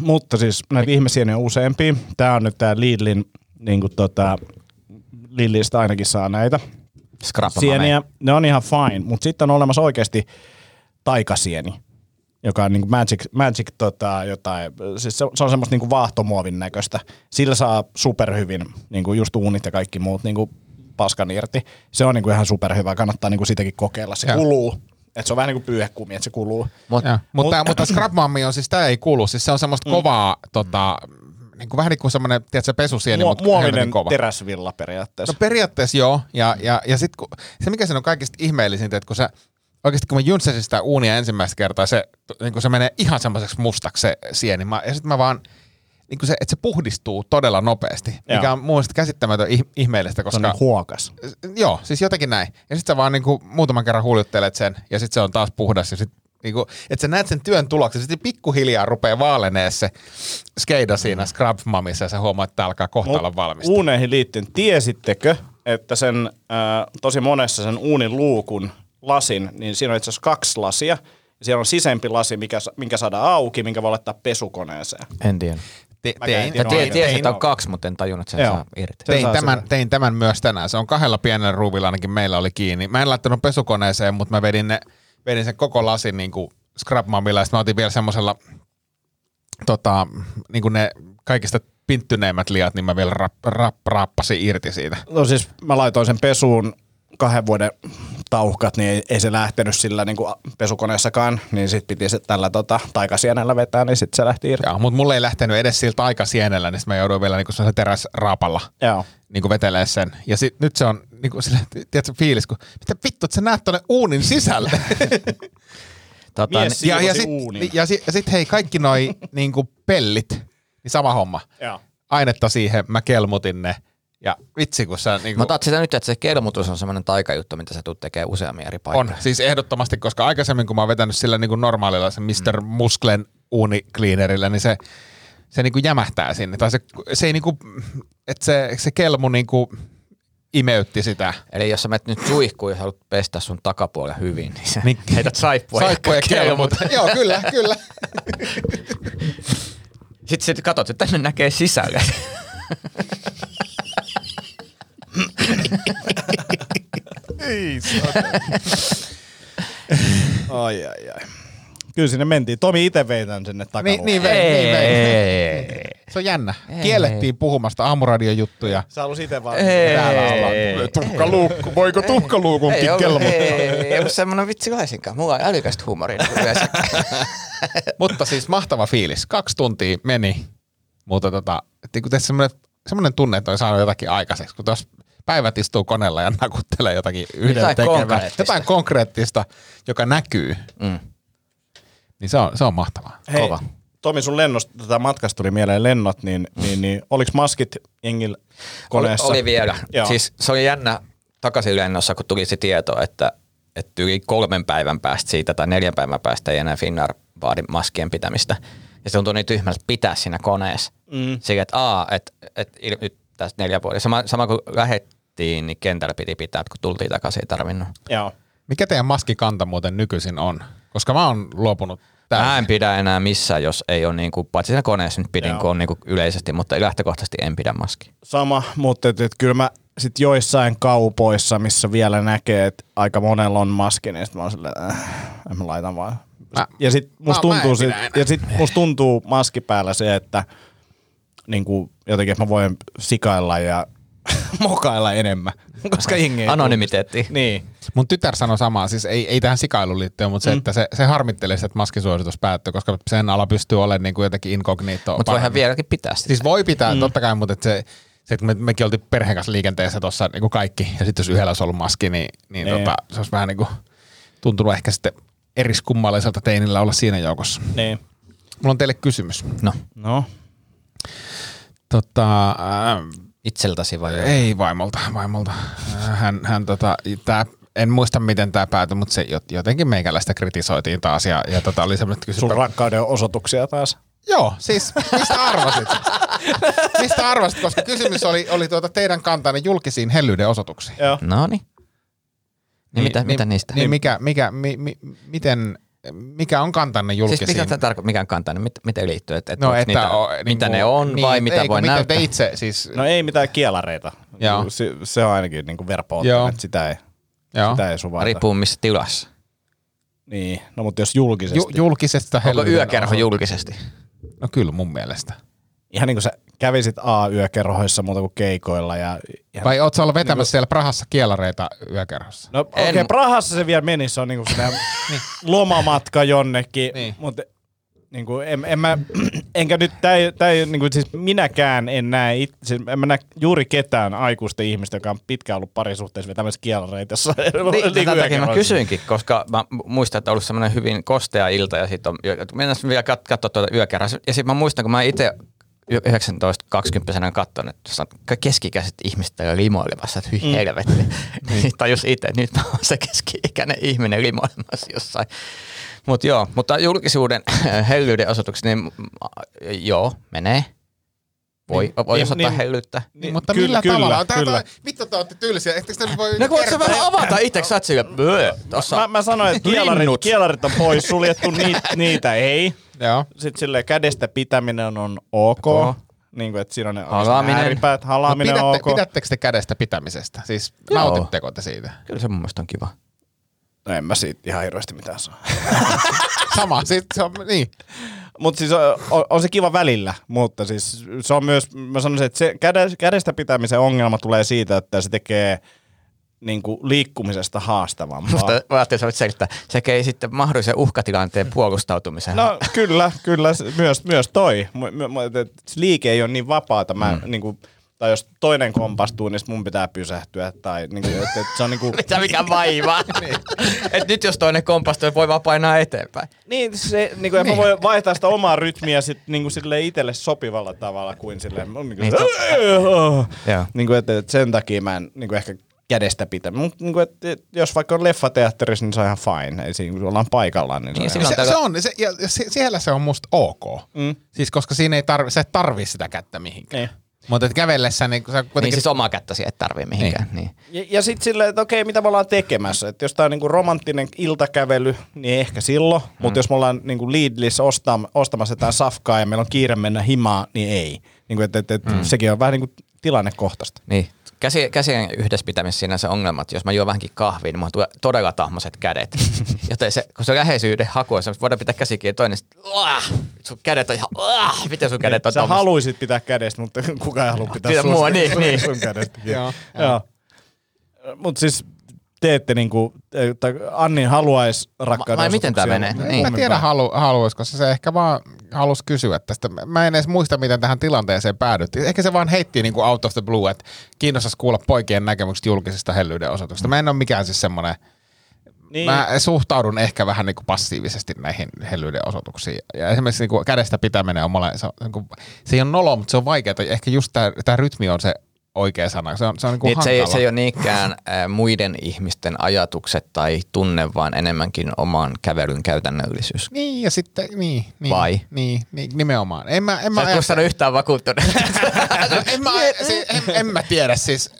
Mutta siis näitä ihmisiä on useampia. Tämä on nyt tämä Lidlin, niin kuin tota, Lidlistä ainakin saa näitä
Skrappamaan.
sieniä. Ne on ihan fine, mutta sitten on olemassa oikeasti taikasieni, joka on niin kuin magic, magic tota, jotain, siis se, se on semmoista niin kuin vaahtomuovin näköistä. Sillä saa superhyvin, niin kuin just uunit ja kaikki muut niin kuin paskan irti. Se on niin kuin ihan superhyvä, kannattaa niin kuin sitäkin kokeilla. Se
Joo.
kuluu. Et se on vähän niin kuin pyyhekumi, että se kuluu.
Mut,
ja, mutta, Mut, mutta Scrub Mummy on siis, tämä ei kuulu, siis se on semmoista mm. kovaa, tota, niin kuin, vähän niin kuin semmoinen, tiedätkö, pesusieni,
Muo-
mutta
muovinen
helvetin kova.
teräsvilla periaatteessa. Mm.
No periaatteessa joo, ja, ja, ja sit, kun, se mikä sen on kaikista ihmeellisintä, että kun sä oikeasti kun mä juntsasin sitä uunia ensimmäistä kertaa, se, niin kun se menee ihan semmoiseksi mustaksi se sieni, mä, ja sitten mä vaan, niin kun se, että se puhdistuu todella nopeasti,
Joo.
joo. mikä on mun mielestä käsittämätön ih, ihmeellistä,
Se
koska
on niin huokas.
joo, siis jotenkin näin. Ja sitten sä vaan niinku muutaman kerran huljuttelet sen, ja sitten se on taas puhdas, ja sit niinku, että sä näet sen työn tuloksen, sitten pikkuhiljaa rupeaa vaalenee se skeida
Mm.
siinä scrub mamissa, ja sä huomaat, että tää alkaa kohta olla valmista.
Uuneihin liittyen, tiesittekö, että sen äh, tosi monessa sen uunin luukun lasin, niin siinä on itse asiassa kaksi lasia. Ja siellä on sisempi lasi, mikä, sa- minkä saadaan auki, minkä voi laittaa pesukoneeseen.
en tiedä.
Te-
Mä
tein-
käyn No,
Mä tie,
en-
tiesin,
en
että
oo.
on kaksi, mutta en tajunnut, että sen
Joo.
saa irti.
Se
Tein
saa
tämän,
sitä.
tein tämän myös tänään. Se on kahdella pienellä ruuvilla ainakin meillä oli kiinni. Mä en laittanut pesukoneeseen, mutta mä vedin, ne, vedin sen koko lasin niin kuin scrapmaamilla ja sitten mä otin vielä semmoisella tota, niin kuin ne kaikista pinttyneimmät liat, niin mä vielä rap, rap, rappasin irti siitä.
No siis mä laitoin sen pesuun kahden vuoden tauhkat, niin ei, ei se lähtenyt sillä niin kuin pesukoneessakaan, niin sit piti se tällä tota, taikasienellä vetää, niin sit se lähti irti.
Joo, mutta mulle ei lähtenyt edes siltä aikasienellä, niin sit mä jouduin vielä niin kuin teräsraapalla
Joo.
niin kuin vetelee sen. Ja sit, nyt se on niin kuin sillä, tiedätkö, fiilis, kun mitä vittu, että sä näet tuonne uunin sisälle.
Tota,
Mies
niin-
ja, ja
Siivosi
sitten
uunin.
ja sit, ja sit, hei, kaikki noi niinku pellit, niin sama homma.
Joo.
Ainetta siihen, mä kelmutin ne. Ja vitsi, kun sä niinku,
Mä otat sitä nyt, että se kelmutus on semmoinen taikajuttu, mitä sä tulet tekemään useammin eri
on.
paikoilla.
Siis ehdottomasti, koska aikaisemmin kun mä oon vetänyt sillä niinku normaalilla se Mr. Mm. Musklen uunikliinerillä, niin se, se niinku jämähtää sinne. Tai se, se ei niinku, että se, se kelmu niinku imeytti sitä.
Eli jos sä menet nyt suihkuun ja sä haluat pestä sun takapuolen hyvin, niin sä
Niin.
heität saippua,
Saippuja kelmut. Joo, kyllä, kyllä.
Sitten sit katsot, että tänne näkee sisälle.
Ai, ai, ai. Kyllä sinne mentiin. Tomi itse vei tän sinne
niin,
takaluukulle.
niin, vei, niin, vei. Se on jännä. Kiellettiin puhumasta aamuradiojuttua.
Sä halusit itse vaan
Ei.
täällä olla.
Ei.
Tuhkaluukku, voiko
ei,
tuhkaluukunkin
ollut, ei, ei ollut semmoinen vitsi laisinkaan. Mulla on älykästä huumoria niin kuin yleensä.
Mutta siis mahtava fiilis. Kaksi tuntia meni, mutta tota, et niinku tässä semmoinen, semmoinen tunne, että on saanut jotakin aikaiseksi, kun tuossa päivät istuu koneella ja nakuttelee jotakin yhden
Jotain
tekevää.
Niin, konkreettista.
Jotain konkreettista, joka näkyy.
Mm.
Niin se on, se on mahtavaa.
Hei,
Kova.
Tomi, sun lennosta, tätä matkasta tuli mieleen lennot, niin, niin, niin oliko maskit jengillä
Oli,
koneessa?
oli vielä.
Joo.
Siis se oli jännä takaisin lennossa, kun tuli se tieto, että, että yli kolmen päivän päästä siitä tai neljän päivän päästä ei enää Finnair vaadi maskien pitämistä. Ja se tuntui niin tyhmältä pitää siinä koneessa. Mm. Sillä, että aa, että et, il- nyt tässä neljä vuotta. Sama, sama kun lähettiin, niin kentällä piti pitää, että kun tultiin takaisin ei tarvinnut.
Joo.
Mikä teidän maskikanta muuten nykyisin on? Koska mä oon luopunut
Mä
täysin.
en pidä enää missään, jos ei ole, niinku, paitsi siinä koneessa nyt pidin,
Joo.
kun on niinku yleisesti, mutta lähtökohtaisesti en pidä maskia.
Sama, mutta et, et, kyllä mä sit joissain kaupoissa, missä vielä näkee, että aika monella on maski, niin sit mä oon silleen, äh, en mä laitan vaan.
Mä-
ja sit musta
mä- mä en
tuntuu, sit,
pidä enää.
ja sit musta tuntuu maski päällä se, että niin kuin, jotenkin, että mä voin sikailla ja mokailla enemmän, koska
Niin,
jengi ei
Anonymiteetti.
tunne. Niin.
Mun tytär sanoi samaa, siis ei, ei tähän sikailuun liittyen, mutta
Mm.
se, että se, se harmittelee sitä, että maskisuositus päättyy, koska sen ala pystyy olemaan niin kuin jotenkin inkognito.
Mutta voihan vieläkin pitää sitä.
Siis voi pitää, mm. totta kai, mutta et se, se, että me, mekin oltiin perheen kanssa liikenteessä tuossa niin kaikki, ja sitten jos yhdellä olisi ollut maski, niin, niin
Niin.
tota, se olisi vähän niin kuin tuntunut ehkä sitten eriskummalliselta teinillä olla siinä joukossa.
niin.
Mulla on teille kysymys.
No,
No,
Tota, ähm,
itseltäsi vai?
ei vaimolta, vaimolta. Äh, Hän, hän tota, tää, en muista miten tämä päätyi, mutta se jot- jotenkin meikäläistä kritisoitiin taas ja, ja tota, oli semmoinen, että kysy-
sun rakkauden osoituksia taas.
Joo, siis mistä arvasit? mistä arvasit, koska kysymys oli, oli tuota teidän kantanne julkisiin hellyyden osoituksiin.
Joo.
No niin. Niin, mitä, mitä niistä?
Niin mikä, mikä, mi, mi, miten, mikä on kantanne julkisiin?
Siis mikä, tämä tarko- mikä on kantanne, mit, miten liittyy, että, että
No,
no,
että
että niitä,
o-
o,
niin
niin
kuin-
mitä ne on vai
niin,
mitä
ei, kun
voi
mitä
näyttää.
Te itse, siis,
No ei mitään kielareita.
Joo.
Se, se on ainakin niin verpo
Joo. No.
että sitä ei,
joo.
sitä ei suvaita.
Riippuu missä tilassa.
Niin, no mutta jos julkisesti.
Ju, julkisesta
Onko
helvetin
yökerho
osa-
julkisesti?
No kyllä mun mielestä.
ihan niin kuin sä kävisit A-yökerhoissa muuta kuin keikoilla. Ja, ja
Vai oot sä ollut
Niin,
vetämässä siellä Prahassa kielareita yökerhossa?
No okei, okay,
En- Niin.
Prahassa se vielä meni, se on niinku sitä lomamatka jonnekin,
Niin.
niin. mutta niinku, en, en mä, enkä nyt, tää, ei- tää, ei niinku, siis minäkään en näe, it, siis en mä näe juuri ketään aikuisten ihmistä, joka on pitkään ollut parisuhteessa vetämässä kielareita. jossa-
Niin, niin
niinku
tämän takia mä
yökerhoissa.
kysyinkin, koska mä muistan, että on ollut semmoinen hyvin kostea ilta ja sitten on, mennään sitten vielä kat- katsoa tuota yökerhoa. Ja sitten mä muistan, kun mä itse 19-20-vuotiaana katsonut, että tuossa on ka- keski-ikäiset ihmiset täällä limoilemassa, että
Mm.
hyi helvetti. Niin tajus itse, että nyt mä oon se keski-ikäinen ihminen limoilemassa jossain. Mut joo, mutta julkisuuden hellyyden osoituksi, niin äh, joo, menee. Voi, voi
niin,
jos ottaa
niin.
hellyyttä.
Niin, Mutta kyllä, millä
kyllä,
tavalla? Tää,
kyllä.
Tää, vittu, te ootte tylsiä. Etteikö te nyt voi
No kun voit sä
kertoa?
vähän avata itse, sä oot sillä, blö, tossa.
Niin, Mä, mä sanoin, että kielarit,
Linnut.
kielarit on pois suljettu, niit, niitä ei.
Joo.
Sitten silleen kädestä pitäminen on ok.
Joo.
Niin kuin, että siinä on ne
Halaaminen.
ääripäät,
Mut
halaaminen
No, pidätte,
on ok.
pidättekö te kädestä pitämisestä? Siis
Joo.
nautitteko te siitä?
Kyllä se mun mielestä on kiva.
No en mä siitä ihan hirveästi mitään saa.
Sama, siis se on, niin.
Mutta siis on, on, on se kiva välillä, mutta siis se on myös, mä sanoisin, että se käde, kädestä pitämisen ongelma tulee siitä, että se tekee niin kuin liikkumisesta haastavampaa.
Musta mä ajattelin, että sä voit selittää. Sekä ei sitten mahdollisen uhkatilanteen puolustautumisen.
No kyllä, kyllä, se- myös, myös toi. Mu- mu- mu- et- et se Liike ei ole niin vapaata, mä, mm. niin kuin, tai jos toinen kompastuu, niin sit mun pitää pysähtyä. Tai, niin kuin, et, et se on niin kuin,
Mitä mikä vaivaa. Niin. Et nyt jos toinen kompastuu, niin voi vaan painaa eteenpäin.
Niin, se, niin kuin, niin. mä voi vaihtaa sitä omaa rytmiä sit, niin kuin sille itselle sopivalla tavalla kuin silleen, niin kuin,
Niin, Joo.
niin kuin, että, että sen takia mä en niin kuin ehkä kädestä pitää. Mut, niin kuin, että, että jos vaikka on leffateatterissa, niin se on ihan fine. Ei siinä, kun ollaan paikallaan, niin se on
Niin,
ihan...
siinä on
Se,
tällä-
se on, se, ja ja se, siellä se on musta ok. Mm. Siis koska siinä ei tarvi, sä et tarvi sitä kättä mihinkään.
Niin.
Mutta et kävellessä, niin kun sä kuitenkin...
Niin siis omaa kättä siihen et tarvii mihinkään. Niin.
Ja, ja sitten silleen, että okei, mitä me ollaan tekemässä. Että jos tää on niin kuin romanttinen iltakävely, niin ehkä silloin. Mm. Mutta jos me ollaan niin kuin Lidlissä ostam, ostamassa jotain safkaa ja meillä on kiire mennä himaan, niin ei. Niin kuin, että, että, että mm. Sekin on vähän niin kuin tilannekohtaista.
Niin. Käsi, käsien yhdessä pitämisessä siinä on se ongelma, että jos mä juon vähänkin kahvia, niin mulla tulee todella tahmaset kädet. Joten se, kun se läheisyyden haku on semmoista, voidaan pitää käsi kiinni, toinen sit, "Uah!" sun kädet on ihan, "Uah!" miten sun kädet Niin, on
Sä
tommoset?
haluisit pitää kädestä, mutta kukaan ei halua pitää
Pitää
sun,
mua, niin, niin.
sun kädestä.
Joo.
Joo. Mutta siis teette niinku, tai Anni haluaisi rakkauden
Vai miten tää
osoituksia.
menee?
Niin.
Niin.
Mä tiedä halu, haluaisi, koska se ehkä vaan halusi kysyä tästä. Mä- Mä en edes muista, miten tähän tilanteeseen päädyttiin. Ehkä se vaan heitti niin kuin out of the blue, että kiinnostaisi kuulla poikien näkemykset julkisista hellyyden osoituksista. Mä en ole mikään siis semmoinen... Niin.
Niin.
Mä suhtaudun ehkä vähän niin kuin passiivisesti näihin hellyyden osoituksiin. Ja esimerkiksi niin kuin kädestä pitäminen on mulle, se, on, niin kuin, se ei ole nolo, mutta se on vaikeaa. Ehkä just tämä, tämä rytmi on se oikea sana. Se on, se on niin kuin
Niin, se, ei,
hankala.
se ei ole niinkään äh, muiden ihmisten ajatukset tai tunne, vaan enemmänkin oman kävelyn käytännöllisyys.
Niin, ja sitten, niin, niin,
Vai?
niin, niin nimenomaan. En mä, en
Sä
mä,
et kuulostanut yhtään vakuuttuneelta.
No, en, mä, siis, en, en mä tiedä siis.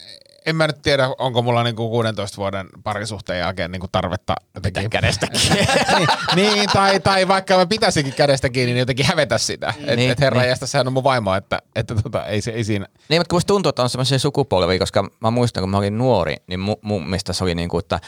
En mä nyt tiedä, onko mulla niinku 16 vuoden parisuhteen jälkeen niinku tarvetta jotenkin.
kädestä
niin, niin tai, tai vaikka mä pitäisinkin kädestä kiinni, niin jotenkin hävetä sitä. Että niin,
Niin,
et herra
niin.
niin. sehän on mun vaimo, että, että tota, ei, se, ei siinä.
Niin, mutta kun musta tuntuu, että on semmoisia sukupolvia, koska mä muistan, kun mä olin nuori, niin mu, mun mielestä se oli niin kuin, että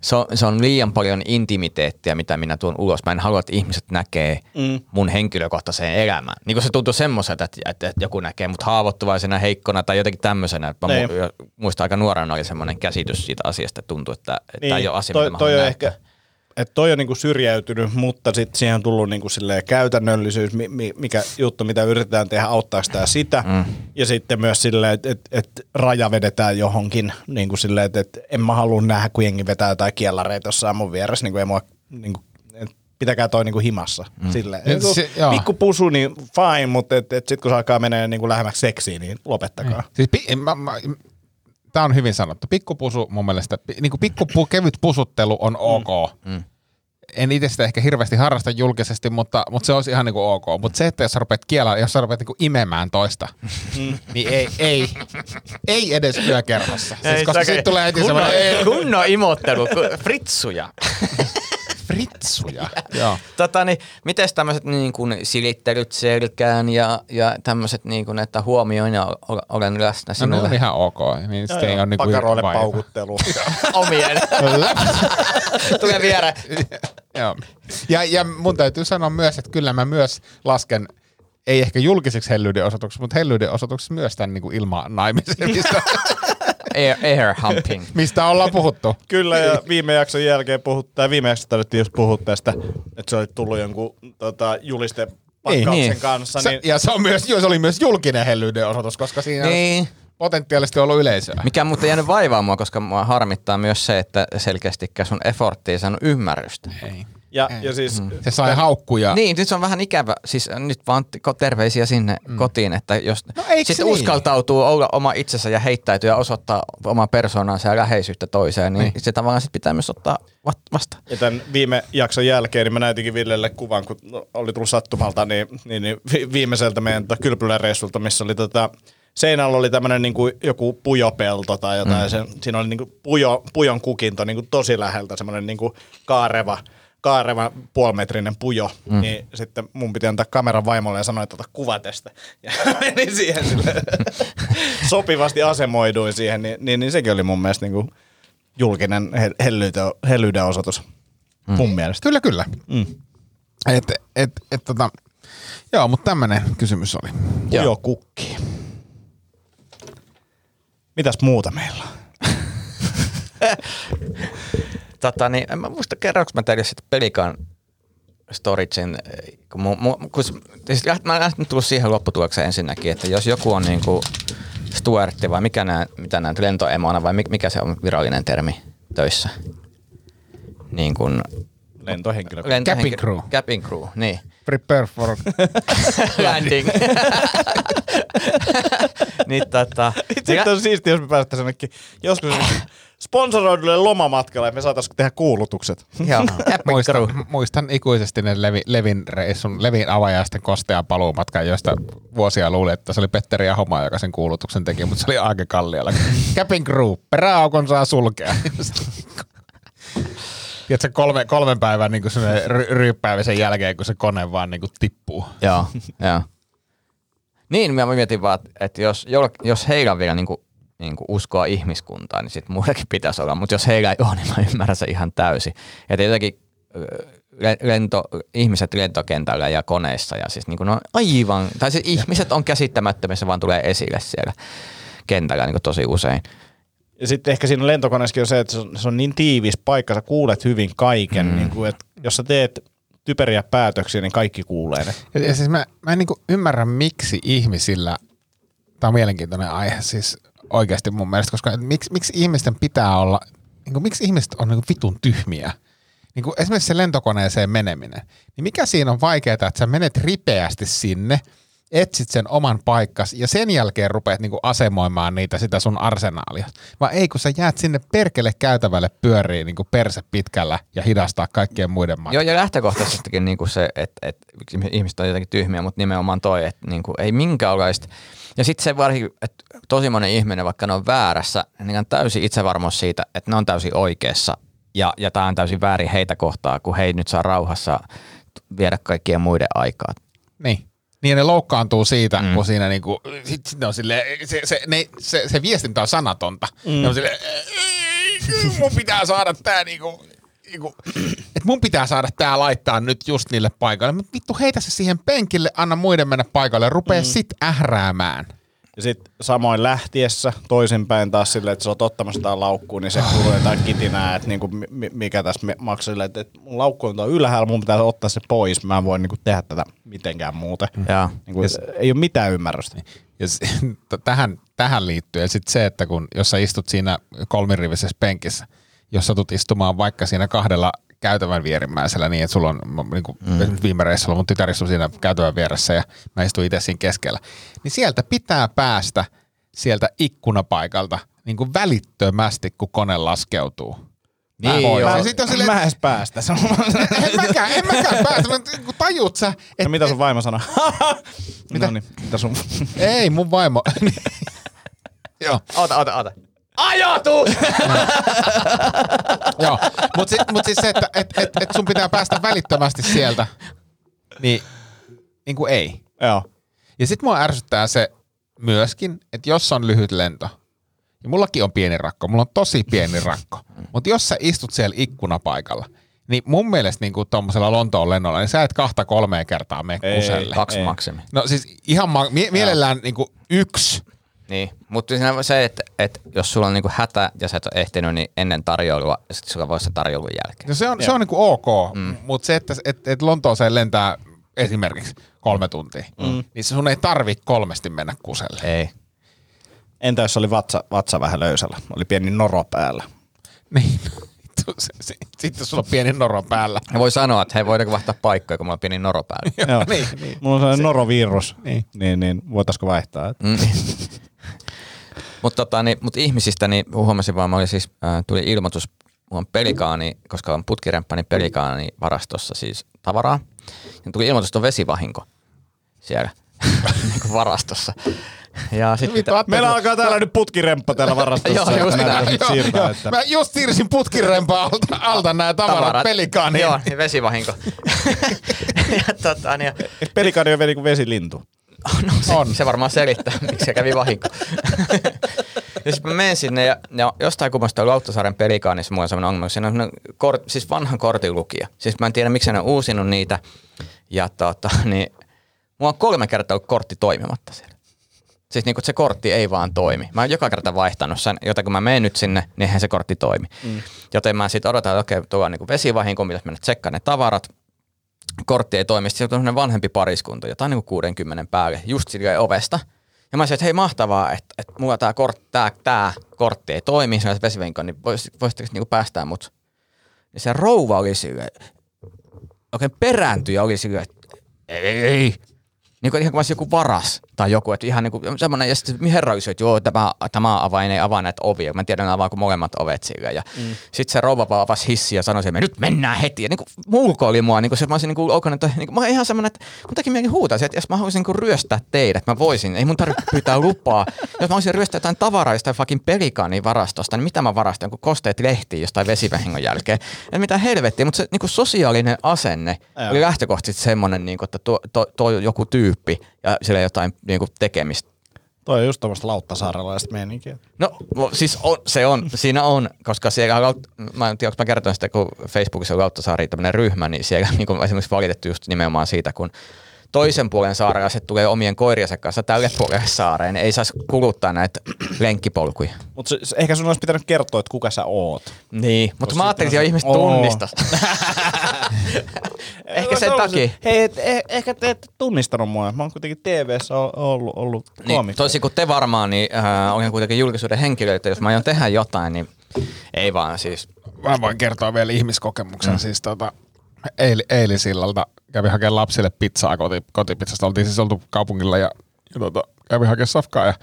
se on, se on liian paljon intimiteettiä, mitä minä tuon ulos. Mä en halua, että ihmiset näkee mm. mun henkilökohtaiseen elämään. Niin kuin se tuntuu semmoiselta, että, että, että joku näkee mut haavoittuvaisena, heikkona tai jotenkin tämmöisenä. Mä
Niin.
mu, jo- muistan aika nuorena oli semmoinen käsitys siitä asiasta, että tuntuu, että niin. tämä ei ole asia,
toi,
mitä mä
toi on
haluan
ehkä,
näyttää.
että toi on niinku syrjäytynyt, mutta sitten siihen on tullut niinku silleen käytännöllisyys, mi- mi- mikä juttu, mitä yritetään tehdä, auttaako tämä sitä. Mm. Ja sitten myös silleen, että et, et raja vedetään johonkin, niinku silleen, että et en mä halua nähdä, kun jengi vetää jotain kielareita jossain mun vieressä, niinku ei mua, niinku, et pitäkää toi niinku himassa. Mm. Silleen.
Niin
Niinku,
se- joo.
pikku pusu, niin fine, mutta et, et sitten kun se alkaa mennä niinku lähemmäksi seksiin, niin lopettakaa. Mm.
Siis, pi- mä, mä, tää on hyvin sanottu. Pikkupusu mun mielestä, pi- niinku pikku pu, kevyt pusuttelu on ok. Mm. en itse sitä ehkä hirveästi harrasta julkisesti, mutta, mutta se olisi ihan niin kuin ok. Mutta se, että jos sä rupeat kielä, jos sä rupeat niin kuin imemään toista, niin ei, ei, ei edes yökerhossa. Siis,
Ei,
koska
se-
siitä tulee heti
kunnon,
semmoinen, ei,
kunnon imottelu, ku- fritsuja.
fritsuja. Joo.
Tota, niin, mites tämmöiset niin kuin silittelyt selkään ja, ja tämmöiset, niin kuin, että huomioin ja o- olen läsnä
No, ne
sinulle
on ihan ok. Niin sitten ei ole niin kuin
Pakaroille
vaiva.
paukuttelu.
omien. Tulee viereen.
Joo. Ja, ja mun täytyy sanoa myös, että kyllä mä myös lasken, ei ehkä julkiseksi hellyyden osoituksessa, mutta hellyyden osoituksessa myös tämän niin ilmanaimisen, mistä,
Air, air humping.
mistä ollaan puhuttu.
Kyllä, ja viime jakson jälkeen puhut, tai viime jaksossa tarvittiin just puhua tästä, että se oli tullut jonkun tota, juliste pakkauksen
Niin.
kanssa.
Se,
Niin,
ja se, on myös, se oli myös julkinen hellyyden osoitus, koska siinä niin.
Niin.
on potentiaalisesti ollut yleisöä.
Mikä muuten jäänyt vaivaa mua, koska mua harmittaa myös se, että selkeästikään sun effortti ei saanut ymmärrystä. Ei. Mm.
ja, ja siis
Se sai haukkuja.
Niin, nyt se on vähän ikävä. Siis äh, nyt vaan t- ko- terveisiä sinne mm. kotiin, että jos no,
eiks
sitten
niin?
niin? uskaltautuu olla oma itsensä ja heittäytyy ja osoittaa omaa persoonansa ja läheisyyttä toiseen, niin, niin. se tavallaan sit pitää myös ottaa va- vastaan.
Ja tämän viime jakson jälkeen niin mä näytinkin Villelle kuvan, kun no, oli tullut sattumalta, niin, niin, niin vi- viimeiseltä meidän tota kylpyläreissulta, missä oli tota, seinällä oli tämmöinen niin kuin joku pujopelto tai jotain. Mm. Sen, siinä oli niin kuin pujo, pujon kukinto niin kuin tosi läheltä, semmoinen niin kuin kaareva, kaareva puolimetrinen pujo. Mm. Niin sitten mun piti antaa kameran vaimolle ja sanoa, että ota kuva tästä. Ja menin siihen sille. sopivasti asemoiduin siihen, niin, niin, niin sekin oli mun mielestä niin kuin julkinen he- hellyyden, hellyyden osoitus. Mm. Mun mielestä.
Kyllä, kyllä. Mm. Et, et, et, tota, joo, mutta tämmöinen kysymys oli.
Joo.
Joo, kukki. Mitäs muuta meillä on?
Tota, niin, en mä muista kerranko mä teille sitten pelikan storagein, eh, kun, mu, mu, kun s- siis läht- mä lähtin tullut siihen lopputulokseen ensinnäkin, että jos joku on niinku Stuartti vai mikä nää, mitä nää, lentoemona vai mi- mikä se on virallinen termi töissä? Niin kun,
Lentohenkilö.
lentohenkilö-
Cabin crew.
Cabin crew, niin.
Prepare for...
Landing. niin tota.
Sitten on siistiä, jos me päästään jonnekin joskus sponsoroidulle lomamatkalle, että me saataisiin tehdä kuulutukset.
Joo, cabin crew.
Muistan, muistan ikuisesti ne Levi, Levin reissun, Levin avajaisten kostean paluumatkan, joista vuosia luulin, että se oli Petteri Ahomaa, joka sen kuulutuksen teki, mutta se oli Aake Kallialla. Capin crew, peräaukon saa sulkea. Tiedätkö, kolme, kolmen päivän niin kuin ry, ryyppäämisen jälkeen, kun se kone vaan niin kuin tippuu.
Joo, joo. Niin, mä mietin vaan, että jos, joll- jos heillä on vielä niinku, niinku uskoa ihmiskuntaan, niin sitten muillakin pitäisi olla. Mutta jos heillä ei ole, niin mä ymmärrän se ihan täysin. Että jotenkin ö, le- lento, ihmiset lentokentällä ja koneissa ja siis niinku ne on aivan, tai siis ihmiset on käsittämättömissä, vaan tulee esille siellä kentällä niinku tosi usein.
Ja sitten ehkä siinä lentokoneessakin on se, että se on, se on niin tiivis paikka, sä kuulet hyvin kaiken. Mm. Niin kuin, että jos sä teet typeriä päätöksiä, niin kaikki kuulee ne.
Ja, ja siis mä, mä en niin ymmärrä, miksi ihmisillä, tämä on mielenkiintoinen aihe siis oikeasti mun mielestä, koska et miksi, miksi ihmisten pitää olla, niin kuin, miksi ihmiset on niin kuin vitun tyhmiä? Niin kuin esimerkiksi se lentokoneeseen meneminen, niin mikä siinä on vaikeaa, että sä menet ripeästi sinne, etsit sen oman paikkas ja sen jälkeen rupeat niinku asemoimaan niitä sitä sun arsenaalia. Vai ei, kun sä jäät sinne perkele käytävälle pyöriin niinku perse pitkällä ja hidastaa kaikkien muiden matkaa.
Joo, ja lähtökohtaisestikin niin kuin se, että, että ihmiset on jotenkin tyhmiä, mutta nimenomaan toi, että niin kuin, ei minkäänlaista. Ja sitten se varsinkin, että tosi monen ihminen, vaikka ne on väärässä, niin on täysin itsevarmuus siitä, että ne on täysin oikeassa. Ja, ja tämä on täysin väärin heitä kohtaa, kun he ei nyt saa rauhassa viedä kaikkien muiden aikaa.
Niin. Niin ne loukkaantuu siitä, mm. kun siinä niinku, sit, sit ne on silleen, se, se, ne, se, se viestintä on sanatonta. Mm. Ne on silleen, "Ei, mun pitää saada tää niinku, niinku, et mun pitää saada tää laittaa nyt just niille paikoille. Mut vittu heitä se siihen penkille, anna muiden mennä paikalle, rupee mm. sit ähräämään.
Ja sitten samoin lähtiessä toisinpäin taas silleen, että sä oot ottamassa tää laukkuun, niin se kuuluu jotain kitinää, että niinku, mi- mi- mikä tässä me- maksaa silleen, että, että mun laukku on tuolla ylhäällä, mun pitää ottaa se pois, mä en voi niinku tehdä tätä mitenkään muuten.
Joo.
Niinku, yes. Ei ole mitään ymmärrystä.
Ja s- t- tähän, tähän liittyy sitten se, että kun jos sä istut siinä kolmirivisessä penkissä, jos satut istumaan vaikka siinä kahdella käytävän vierimmäisellä niin, että sulla on, niin kuin mm. viime reissulla mun tytär istui siinä käytävän vieressä ja mä istuin itse siinä keskellä, niin sieltä pitää päästä niinku sieltä ikkunapaikalta niin kuin välittömästi, kun kone laskeutuu.
Niin
pois.
joo.
Ja sitten on silleen,
Mä edes päästä. Se on-
en mäkään, en mäkään päästä. Mä niinku tajut sä,
no,
et,
mitä sun vaimo sanoi? mitä? Noniin, mitä sun...
ei mun vaimo. Joo.
Ota, ota, ota. Ajoitus!
Joo, mutta si, mut siis se, että et, et, et sun pitää päästä välittömästi sieltä, niin, niin kuin ei.
Joo.
Ja sitten mua ärsyttää se myöskin, että jos on lyhyt lento, ja mullakin on pieni rakko, mulla on tosi pieni rakko, mutta jos sä istut siellä ikkunapaikalla, niin mun mielestä niin tuommoisella Lontoon lennolla, niin sä et kahta kolmea kertaa mene
Ei.
kuselle.
Kaksi
Ei.
maksimi.
No siis ihan ma- mie- mielellään niin kuin yksi.
Niin, mutta siinä on se, että, että jos sulla on niinku hätä ja sä et ole ehtinyt, niin ennen tarjoilua, ja sitten sulla voi se tarjoilun jälkeen.
No se on, se on niin kuin ok, mm. mutta se, että et, et Lontooseen lentää esimerkiksi kolme tuntia, mm. niin se sun ei tarvi kolmesti mennä kuselle.
Ei.
Entä jos oli vatsa, vatsa vähän löysällä? Oli pieni noro päällä.
Niin. Sitten sulla on pieni noro päällä.
Ja voi sanoa, että hei, voidaanko vaihtaa paikkoja, kun mä oon pieni noro päällä.
Joo.
niin, niin.
Mulla on sellainen norovirus.
Niin.
Niin. Niin, niin. Voitaisko vaihtaa?
Mm. mutta tota, niin, mut ihmisistä niin huomasin vaan, mä olin siis, äh, tuli ilmoitus, mulla on pelikaani, koska on putkiremppa, niin pelikaani varastossa siis tavaraa. Ja tuli ilmoitus, että on vesivahinko siellä Niinku varastossa. Ja sit pitää-
Meillä alkaa täällä nyt putkiremppa täällä varastossa.
Joo, just
että
näin.
meidän nyt siirtää,
Joo,
että-
Mä just siirsin putkirempaa alta, alta nämä tavarat, tavarat pelikaaniin.
Joo, niin vesivahinko. ja tota, niin,
Et Pelikani on vielä niin kuin vesilintu.
no, se, on. se varmaan selittää, miksi se kävi vahinko. ja sitten mä menin sinne ja, ja jostain kummasta oli Lauttasaaren pelikaanissa mulla on sellainen ongelma. Siinä on sellainen kort, siis vanhan kortin lukija. Siis mä en tiedä, miksi ne on uusinut niitä. Ja tota, niin, mulla on kolme kertaa ollut kortti toimimatta siellä. Siis niin se kortti ei vaan toimi. Mä oon joka kerta vaihtanut sen, joten kun mä menen nyt sinne, niin eihän se kortti toimi. Mm. Joten mä sitten odotan, että okei, tuolla on niin vesivahinko, pitäisi mennä tsekkaan ne tavarat kortti ei toimi. Sitten on vanhempi pariskunta, jotain niin 60 päälle, just silleen ovesta. Ja mä sanoin, että hei mahtavaa, että, että mulla tämä kort, tää, tää kortti ei toimi, se on se vesivenko, niin vois, voisitteko niinku päästää mut? Ja se rouva oli silleen, oikein perääntyjä oli silleen, että ei, ei, ei. Niin kuin ihan kuin mä olisin joku varas tai joku, että ihan niin kuin semmoinen, ja sitten herra kysyi, että joo, tämä, tämä avain ei avaa näitä ovia, mä tiedän avaako molemmat ovet silleen, ja mm. sitten se rouva vaan avasi hissi ja sanoi, että nyt mennään heti, ja niin kuin mulkoili mua, niin kuin se, mä olisin niin kuin oukonut, että niin kuin, mä olin ihan semmoinen, että mun teki mieli huutaisi, että jos mä haluaisin niin kuin ryöstää teidät, mä voisin, ei mun tarvitse pyytää lupaa, jos mä haluaisin ryöstää jotain tavaraa jostain fucking pelikaani varastosta, niin mitä mä varastan, kun kosteet lehtiin jostain vesivahingon jälkeen, että mitä helvettiä, mutta se niin kuin sosiaalinen asenne oli lähtökohtaisesti semmoinen, niin kuin, että tuo, to, toi on joku tyyppi ja sillä ei jotain niin kuin tekemistä.
Toi on just tuommoista lauttasaarelaista meininkiä.
No no, siis on, se on, siinä on, koska siellä, on Laut- mä en tiedä, onko mä kertoin sitä, kun Facebookissa on Lauttasaari tämmöinen ryhmä, niin siellä niin kuin esimerkiksi valitettu just nimenomaan siitä, kun toisen puolen saarelaiset tulee omien koiriensa kanssa tälle puolelle saareen, niin ei saisi kuluttaa näitä lenkkipolkuja.
Mutta ehkä sun olisi pitänyt kertoa, että kuka sä oot.
Niin, mutta mä ajattelin, että jo ihmiset
Oo.
tunnistaa. Ehkä
Olisi
sen
ollut
takia.
se, Hei, et, eh, ehkä te ette tunnistanut mua. Mä oon kuitenkin TV-ssä o- ollut, ollut
Niin,
koomikko.
toisin kuin te varmaan, niin äh, olen kuitenkin julkisuuden henkilö, että jos mä aion tehdä jotain, niin ei vaan siis.
Mä voin kertoa vielä ihmiskokemuksen. Mm. Siis tota, eil, eilisillalta kävin hakemaan lapsille pizzaa koti, kotipizzasta. Oltiin siis oltu kaupungilla ja, ja tota, kävin hakemaan safkaa ja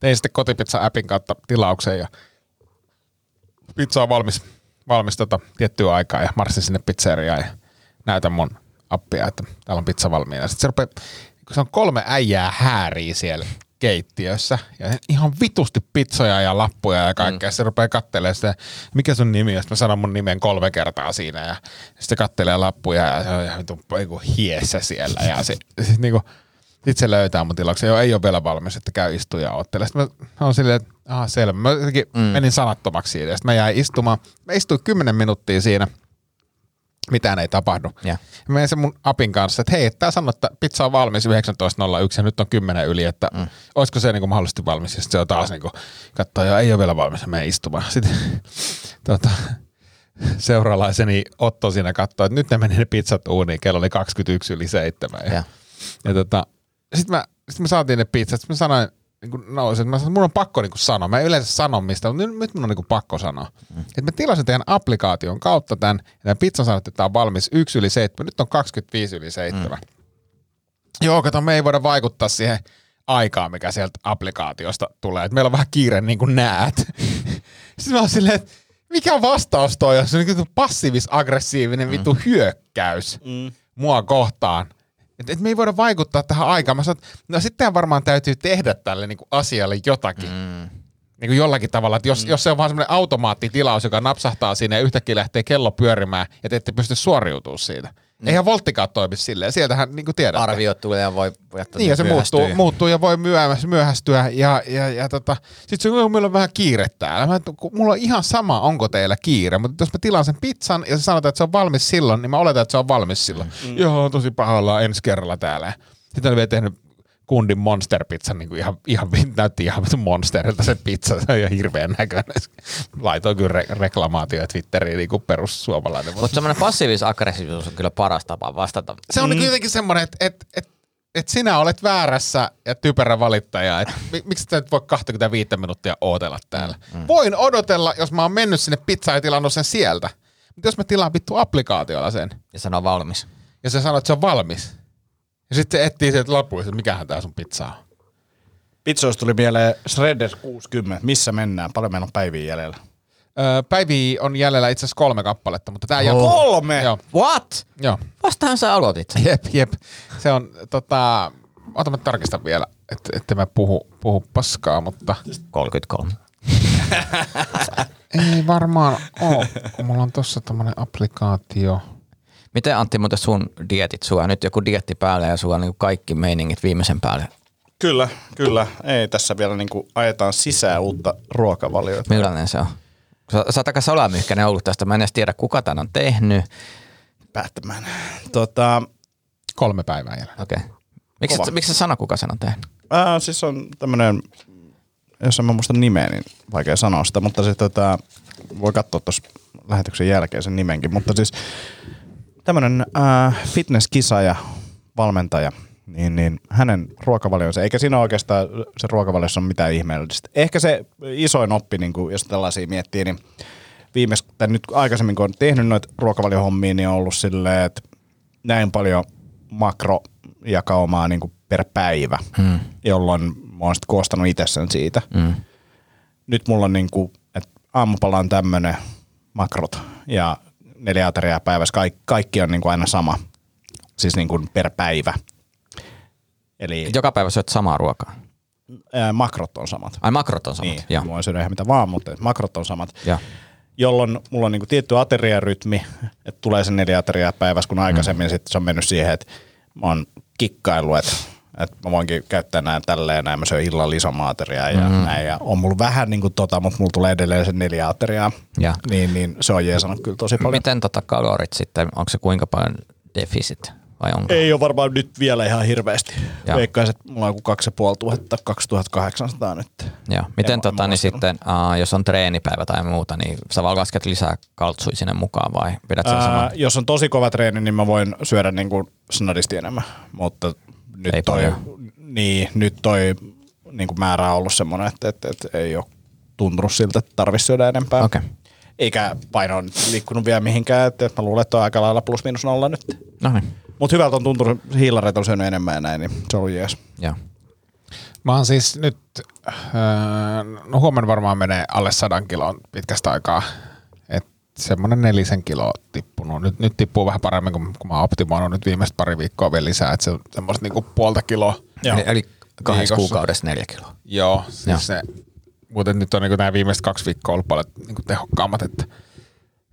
tein sitten kotipizza-appin kautta tilauksen ja pizza on valmis, valmis tota, tiettyä aikaa ja marssin sinne pizzeriaan ja näytän mun appia, että täällä on pizza valmiina. Sitten se rupeaa, kun se on kolme äijää häärii siellä keittiössä ja ihan vitusti pizzoja ja lappuja ja kaikkea. Mm. Se rupeaa kattelemaan sitä, mikä sun nimi on. Sitten mä sanon mun nimen kolme kertaa siinä ja sitten se kattelee lappuja ja se on ihan vitun niinku hiessä siellä ja se, sit niinku, sit se löytää mun tilauksen. Joo, ei ole vielä valmis, että käy istua ja ottele. Sitten mä oon silleen, että aha, selvä. Mä jotenkin mm. menin sanattomaksi siitä. Sitten mä jäin istumaan. Mä istuin kymmenen minuuttia siinä. Mitään ei tapahdu.
Ja.
Mä menin sen mun apin kanssa, että hei, tää sanoo, että pizza on valmis 19.01 ja nyt on 10 yli, että mm. olisiko se niinku mahdollisesti valmis. Ja sit se on taas niinku, katsoo, joo, ei ole vielä valmis, ja menen istumaan. Sitten tota, seuralaiseni Otto siinä katsoi, että nyt ne meni ne pizzat uuniin, kello oli 21 yli 7. Ja,
Ja.
ja. ja tota, sitten mä, sit me saatiin ne pizzat, sitten mä sanoin, niin kun nousin, että mä sanoin, mun on pakko niin sanoa, mä en yleensä sano mistä, mutta nyt, nyt mun on niin pakko sanoa. Mm. Että mä tilasin teidän applikaation kautta tämän, ja tämän pizzan sanoin, että tämä on valmis 1 yli 7, nyt on 25 yli 7. Mm. Joo, kato, me ei voida vaikuttaa siihen aikaan, mikä sieltä applikaatiosta tulee. Et meillä on vähän kiire niin kuin näet. Sitten mä oon silleen, että mikä vastaus toi on? Se on niin passiivis-aggressiivinen vittu hyökkäys mua kohtaan. Et, et me ei voida vaikuttaa tähän aikaan. Mä sanon, että no sitten varmaan täytyy tehdä tälle niin kuin asialle jotakin. Mm. Niin kuin jollakin tavalla, että jos, mm. jos se on vaan semmoinen automaattitilaus, joka napsahtaa siinä ja yhtäkkiä lähtee kello pyörimään ja te ette pysty suoriutumaan siitä. Mm. Eihän volttikaan toimi silleen. Sieltähän niin kuin tiedätte.
Arvio tulee ja voi jättää
Niin, ja se
myöhästyy.
muuttuu, muuttuu ja voi myöhäs- myöhästyä. Ja, ja, ja tota, sit se on, meillä on vähän kiire täällä. Mä, kun mulla on ihan sama, onko teillä kiire, mutta jos mä tilaan sen pizzan ja se sanotaan, että se on valmis silloin, niin mä oletan, että se on valmis silloin. Mm. Joo, on tosi pahalla ensi kerralla täällä. Sitten oli vielä tehnyt kundin monster pizza, niin kuin ihan, ihan, näytti ihan vittu monsterilta se pizza, se on ihan hirveän näköinen. Laitoin kyllä re- reklamaatio Twitteriin niin kuin perussuomalainen.
Mutta semmoinen passiivis-aggressiivisuus on kyllä paras tapa vastata.
Se on mm. jotenkin semmoinen, että et, et, et sinä olet väärässä ja typerä valittaja. Et, mi- miksi sä nyt voi 25 minuuttia ootella täällä? Mm. Voin odotella, jos mä oon mennyt sinne pizzaan ja tilannut sen sieltä. Mutta jos mä tilaan vittu applikaatiolla sen
Ja sanoa valmis.
ja sä sanot, että se on valmis. Ja sitten se etsii sieltä lopuista, että mikähän tää sun pizza on.
Pizzoista tuli mieleen Shredder 60. Missä mennään? Paljon meillä on päiviä jäljellä.
Öö, päiviä on jäljellä itse asiassa kolme kappaletta, mutta tää jatkuu.
Kolme!
Joo,
What?
joo.
Vastahan sä aloitit.
Jep, jep. Se on tota... Ota mä tarkistan vielä, että että mä puhu, puhu paskaa, mutta...
33.
Ei varmaan oo, kun mulla on tossa tämmönen applikaatio.
Miten Antti muuten sun dietit sua? Nyt joku dietti päällä ja sulla on niin kaikki meiningit viimeisen päälle.
Kyllä, kyllä. Ei tässä vielä niinku ajetaan sisään uutta ruokavaliota.
Millainen se on? Sä, sä oot aika salamyhkäinen ollut tästä. Mä en edes tiedä, kuka tän on tehnyt.
Batman. Tota,
Kolme päivää jäljellä.
Okei. Okay. Miksi,
Kova.
et- miksi sä sano, kuka sen on tehnyt?
ää, siis on tämmönen, jos en mä muista nimeä, niin vaikea sanoa sitä, mutta se tota, voi katsoa tuossa lähetyksen jälkeen sen nimenkin, mutta siis tämmönen ää, fitnesskisa ja valmentaja, niin, niin hänen ruokavalionsa, eikä siinä oikeastaan se ruokavaliossa ole mitään ihmeellistä. Ehkä se isoin oppi, niin kuin, jos tällaisia miettii, niin viimeis, tai nyt aikaisemmin kun on tehnyt noita ruokavaliohommia, niin on ollut silleen, että näin paljon makrojakaumaa niin kuin per päivä, hmm. jolloin mä oon sitten koostanut itse sen siitä. Hmm. Nyt mulla on niin kuin, että aamupala on tämmönen makrot ja neljä ateriaa päivässä, kaikki, kaikki on niin kuin aina sama, siis niin kuin per päivä. Eli
Joka päivä syöt samaa ruokaa.
ää, makrot on samat.
Ai makrot on samat.
Niin,
Niin. Joo.
mä voin syödä ihan mitä vaan, mutta makrot on samat.
Joo.
jolloin mulla on niinku tietty ateriarytmi, että tulee se neljä ateriaa päivässä, kun aikaisemmin mm. sitten se on mennyt siihen, että mä oon kikkailu, että, että mä voinkin käyttää näin tälleen, näin mä syön illalla isomaa ateriaa ja mm. näin. Ja on mulla vähän niinku tota, mutta mulla tulee edelleen se neljä ateriaa.
Ja.
Niin, niin se on jeesannut kyllä tosi paljon.
Miten tota kalorit sitten, onko se kuinka paljon defisit vai onko?
Ei ole varmaan nyt vielä ihan hirveästi.
Joo.
Veikkaisin, että mulla on joku 2500, 2800 nyt.
Joo.
En-
Miten
en
tota, niin
muistanut.
sitten, uh, jos on treenipäivä tai muuta, niin sä vaan lasket lisää kaltsui sinne mukaan vai pidät sen saman?
Ää, jos on tosi kova treeni, niin mä voin syödä niin kuin snadisti enemmän, mutta nyt
Ei
ei toi,
paljon.
niin, nyt toi niin kuin määrä on ollut semmoinen, että, että, että ei ole tuntunut siltä, että tarvitsisi syödä enempää.
Okei.
Eikä paino on liikkunut vielä mihinkään, että, että mä luulen, että on aika lailla plus miinus nolla nyt.
No niin,
Mutta hyvältä on tuntunut, hiilareita on syönyt enemmän ja näin, niin se on ollut jees.
joo.
Mä oon siis nyt, öö, no huomenna varmaan menee alle sadan kilon pitkästä aikaa. Et semmonen nelisen kiloa tippunut. Nyt, nyt tippuu vähän paremmin, kun, kun mä oon optimoinut nyt viimeiset pari viikkoa vielä lisää. Et se on semmoista niinku puolta kiloa.
Eli, eli kahdessa
Viikossa.
kuukaudessa neljä kiloa.
Joo,
Joo.
siis se, muuten nyt on niin nämä viimeiset kaksi viikkoa ollut paljon niin tehokkaammat, että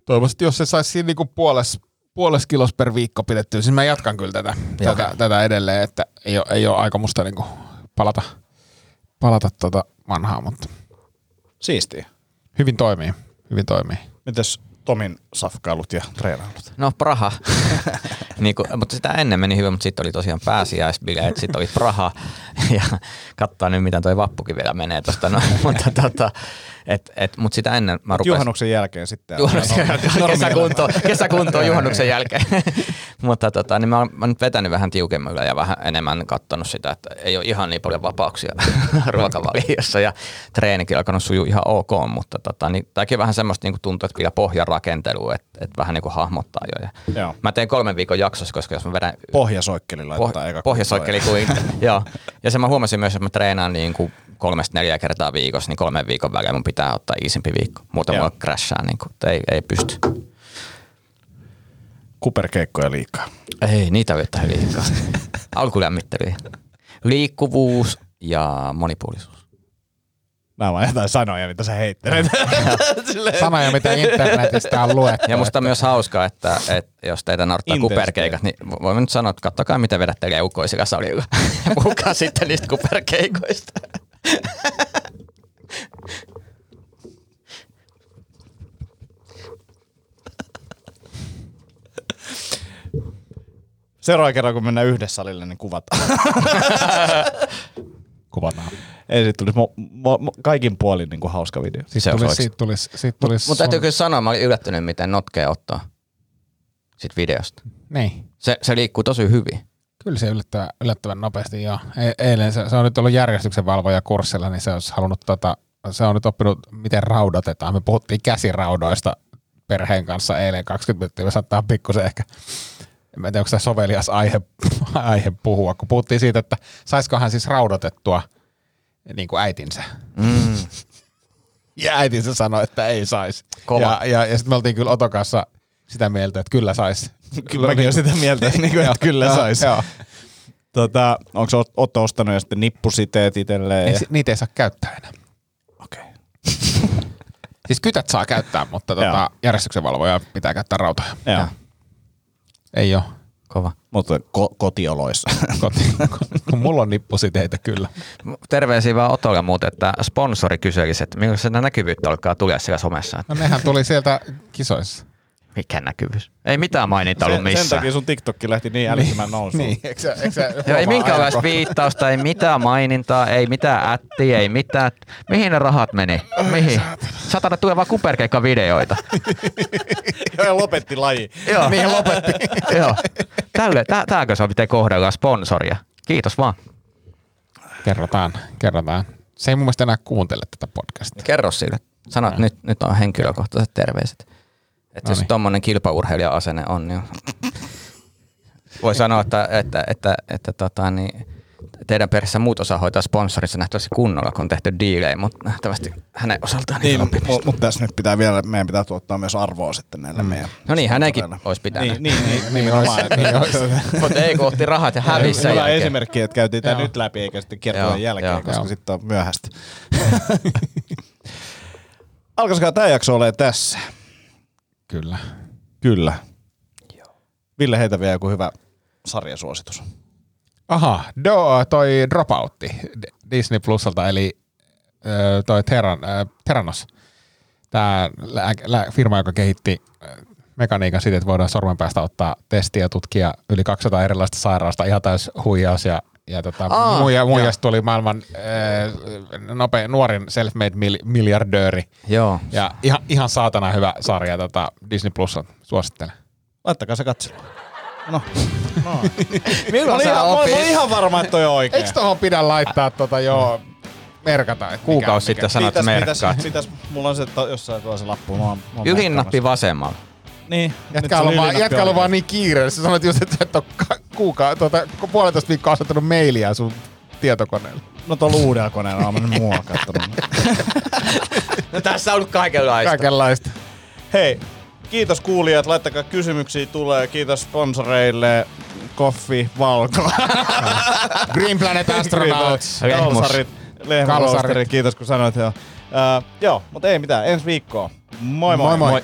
toivottavasti jos se saisi siinä niin puoles, puoles kilos per viikko pidettyä, siis mä jatkan kyllä tätä,
Joo.
tätä, tätä edelleen, että ei ole, ei ole aikomusta niin palata, palata tuota vanhaa, mutta
Siistiä.
hyvin toimii, hyvin toimii.
Mites Tomin safkailut ja treenailut?
No Praha. niin kuin, mutta sitä ennen meni hyvin, mutta sitten oli tosiaan pääsiäisbileet, sitten oli Praha. ja katsotaan nyt, miten toi vappukin vielä menee tuosta. No, mutta tota, et, et, mut sitä ennen mä rupesin...
Juhannuksen jälkeen sitten.
Juhannuksen jälkeen, kesäkuntoon, kesäkuntoon juhannuksen jälkeen. Mutta tota, niin mä, oon, mä oon nyt vetänyt vähän tiukemmilla ja vähän enemmän katsonut sitä, että ei ole ihan niin paljon vapauksia ruokavaliossa ja treenikin alkanut sujuu ihan ok, mutta tota, niin, tämäkin vähän semmoista niin tuntuu, että vielä pohjan rakentelu, että, että vähän niin kuin hahmottaa jo. Ja
Joo.
Mä teen kolmen viikon jaksossa, koska jos mä vedän
Pohjasoikkeli laittaa
poh-
eka.
pohjasoikkeli kuin, joo. Ja sen mä huomasin myös, että mä treenaan niin kuin kolmesta neljä kertaa viikossa, niin kolmen viikon välein mun pitää ottaa iisimpi viikko. Muuten
Joo.
mulla crashaa, niin kuin, ei, ei pysty.
Kuperkeikkoja liikaa.
Ei, niitä vetää liikaa. Alkulämmittelyä. Liikkuvuus ja monipuolisuus.
Nämä on vaan jotain sanoja, mitä sä heittelet.
Sanoja, mitä internetistä on luettu.
Ja musta on myös hauskaa, että, että jos teitä naurattaa
Intense.
kuperkeikat, niin vo- voimme nyt sanoa, että kattokaa mitä vedätte leukoisilla salilla. Ja Puhukaa sitten niistä kuperkeikoista.
Seuraava kerran, kun mennään yhdessä salille, niin kuvataan.
Kuvataan.
Ei siitä tulisi mo- mo- mo- kaikin puolin niin kuin hauska video.
Siis
Se on
tulisi,
oikeesti.
siitä tulisi, siitä tulisi
Mutta täytyy kyllä sanoa, mä olin yllättynyt, miten notkea ottaa sit videosta.
Niin.
Se, se liikkuu tosi hyvin.
Kyllä se yllättävän, yllättävän nopeasti, joo. E- eilen se, se, on nyt ollut järjestyksen valvoja kurssilla, niin se olisi halunnut tota, se on nyt oppinut, miten raudatetaan. Me puhuttiin käsiraudoista perheen kanssa eilen 20 minuuttia, me saattaa pikkusen ehkä, en mä tiedä, onko tämä sovelias aihe, aihe puhua, kun puhuttiin siitä, että saisiko hän siis raudotettua niin kuin äitinsä.
Mm.
Ja äitinsä sanoi, että ei saisi.
Kova.
Ja, ja, ja sitten me oltiin kyllä Otokassa sitä mieltä, että kyllä saisi.
Kyllä mäkin olen sitä mieltä, niin kuin, että kyllä saisi. Tota, onko Otto ostanut jo sitten nippusiteet
Ei,
itselleen? Ja...
Niin si- niitä ei saa käyttää enää.
Okei. Okay.
Siis kytät saa käyttää, mutta
Joo.
tota, järjestyksenvalvoja pitää käyttää rautoja.
Joo.
Joo.
Ei ole.
Kova.
Mutta ko- kotioloissa.
Koti, kun mulla on nippusiteitä kyllä.
Terveisiä vaan Otolle muuten, että sponsori kyselisi, että milloin se näkyvyyttä alkaa tulla siellä somessa. Että
No nehän tuli sieltä kisoissa.
Mikä näkyvyys? Ei mitään maininta ollut
sen, sen
missään.
takia sun TikTokki lähti niin älyttömän nousuun.
Niin, eikö se, eikö se
Joo, ei
huomaa
minkäänlaista
ajankohtaa?
viittausta, ei mitään mainintaa, ei mitään ättiä, ei mitään. Mihin ne rahat meni? Mihin? Satana tulee vaan kuperkeikkavideoita.
Joo, ja lopetti laji.
Joo. Niin lopetti. Joo. Tälle, tä, tääkö se on, miten kohdellaan sponsoria? Kiitos vaan.
Kerrotaan, kerrotaan. Se ei mun mielestä enää kuuntele tätä podcastia.
Kerro sille. Sano, että nyt, nyt on henkilökohtaiset terveiset. Että jos
Noniin.
tuommoinen kilpaurheilija-asenne on, niin voi sanoa, että, että, että, että tota, niin teidän perheessä muut osa hoitaa sponsorissa nähtävästi kunnolla, kun on tehty diilejä, mutta nähtävästi hänen osaltaan niin,
Niin,
on pimistä.
mutta tässä nyt pitää vielä, meidän pitää tuottaa myös arvoa sitten näillä mm. meidän.
No niin, hänenkin
Todella.
olisi pitänyt.
Niin, niin, niin,
Niin olisi,
nimenomaan.
niin olisi.
Mutta ei kun otti rahat ja hävisi sen
Hyvä
jälkeen.
esimerkki, että käytiin tämä
Joo.
nyt läpi eikä sitten kiertojen
Joo,
jälkeen,
joo.
koska
Joo.
sitten on myöhäistä. Alkaiskaa tämä jakso ole tässä.
Kyllä.
Kyllä. Ville, heitä vielä joku hyvä sarjasuositus.
Aha, do, toi Dropoutti D- Disney Plusalta, eli ö, toi Terran, ö, Terranos, tämä firma, joka kehitti ö, mekaniikan siitä, että voidaan sormen päästä ottaa testiä ja tutkia yli 200 erilaista sairaasta, ihan täys huijaus ja ja tota,
Aa,
muija,
joo.
muijasta tuli maailman äh, nope, nuorin self-made mil- miljardööri.
Joo.
Ja ihan, ihan saatana hyvä sarja tota, Disney Plus on, suosittelen.
Laittakaa se katsomaan. No. Mä
Milloin
olin,
sä
ihan, mä, olin- mä olin
opit?
ihan varma, että toi on oikein.
Eikö tohon pidä laittaa tota, joo, merkata? että mikä-
Kuukausi sitten sanoit, että
mitäs,
merkkaat.
mitäs, mulla on se to, jossain tuolla se lappu. Mä oon, mä oon
Yhden
merkkaamassa.
nappi vasemmalla.
Niin. nyt se
Jätkä
oli
on vaan,
ylinappi
jätkä on
oikein.
vaan niin kiire. Sä sanoit just, että et ole kuuka, tuota, ku- puolitoista viikkoa asettanut mailia sun tietokoneelle.
No tuolla uudella koneella on mennyt muokattanut.
No tässä on ollut kaikenlaista.
Kaikenlaista.
Hei, kiitos kuulijat. Laittakaa kysymyksiä tulee. Kiitos sponsoreille. Koffi, Valko,
Green Planet Astronauts.
Lehmus.
Kalsarit, Lehmuroosteri.
Kalsarit.
Äh, Kiitos kun sanoit. Joo, uh, joo mutta ei mitään. Ensi viikkoa. Moi
Moi
moi.
moi.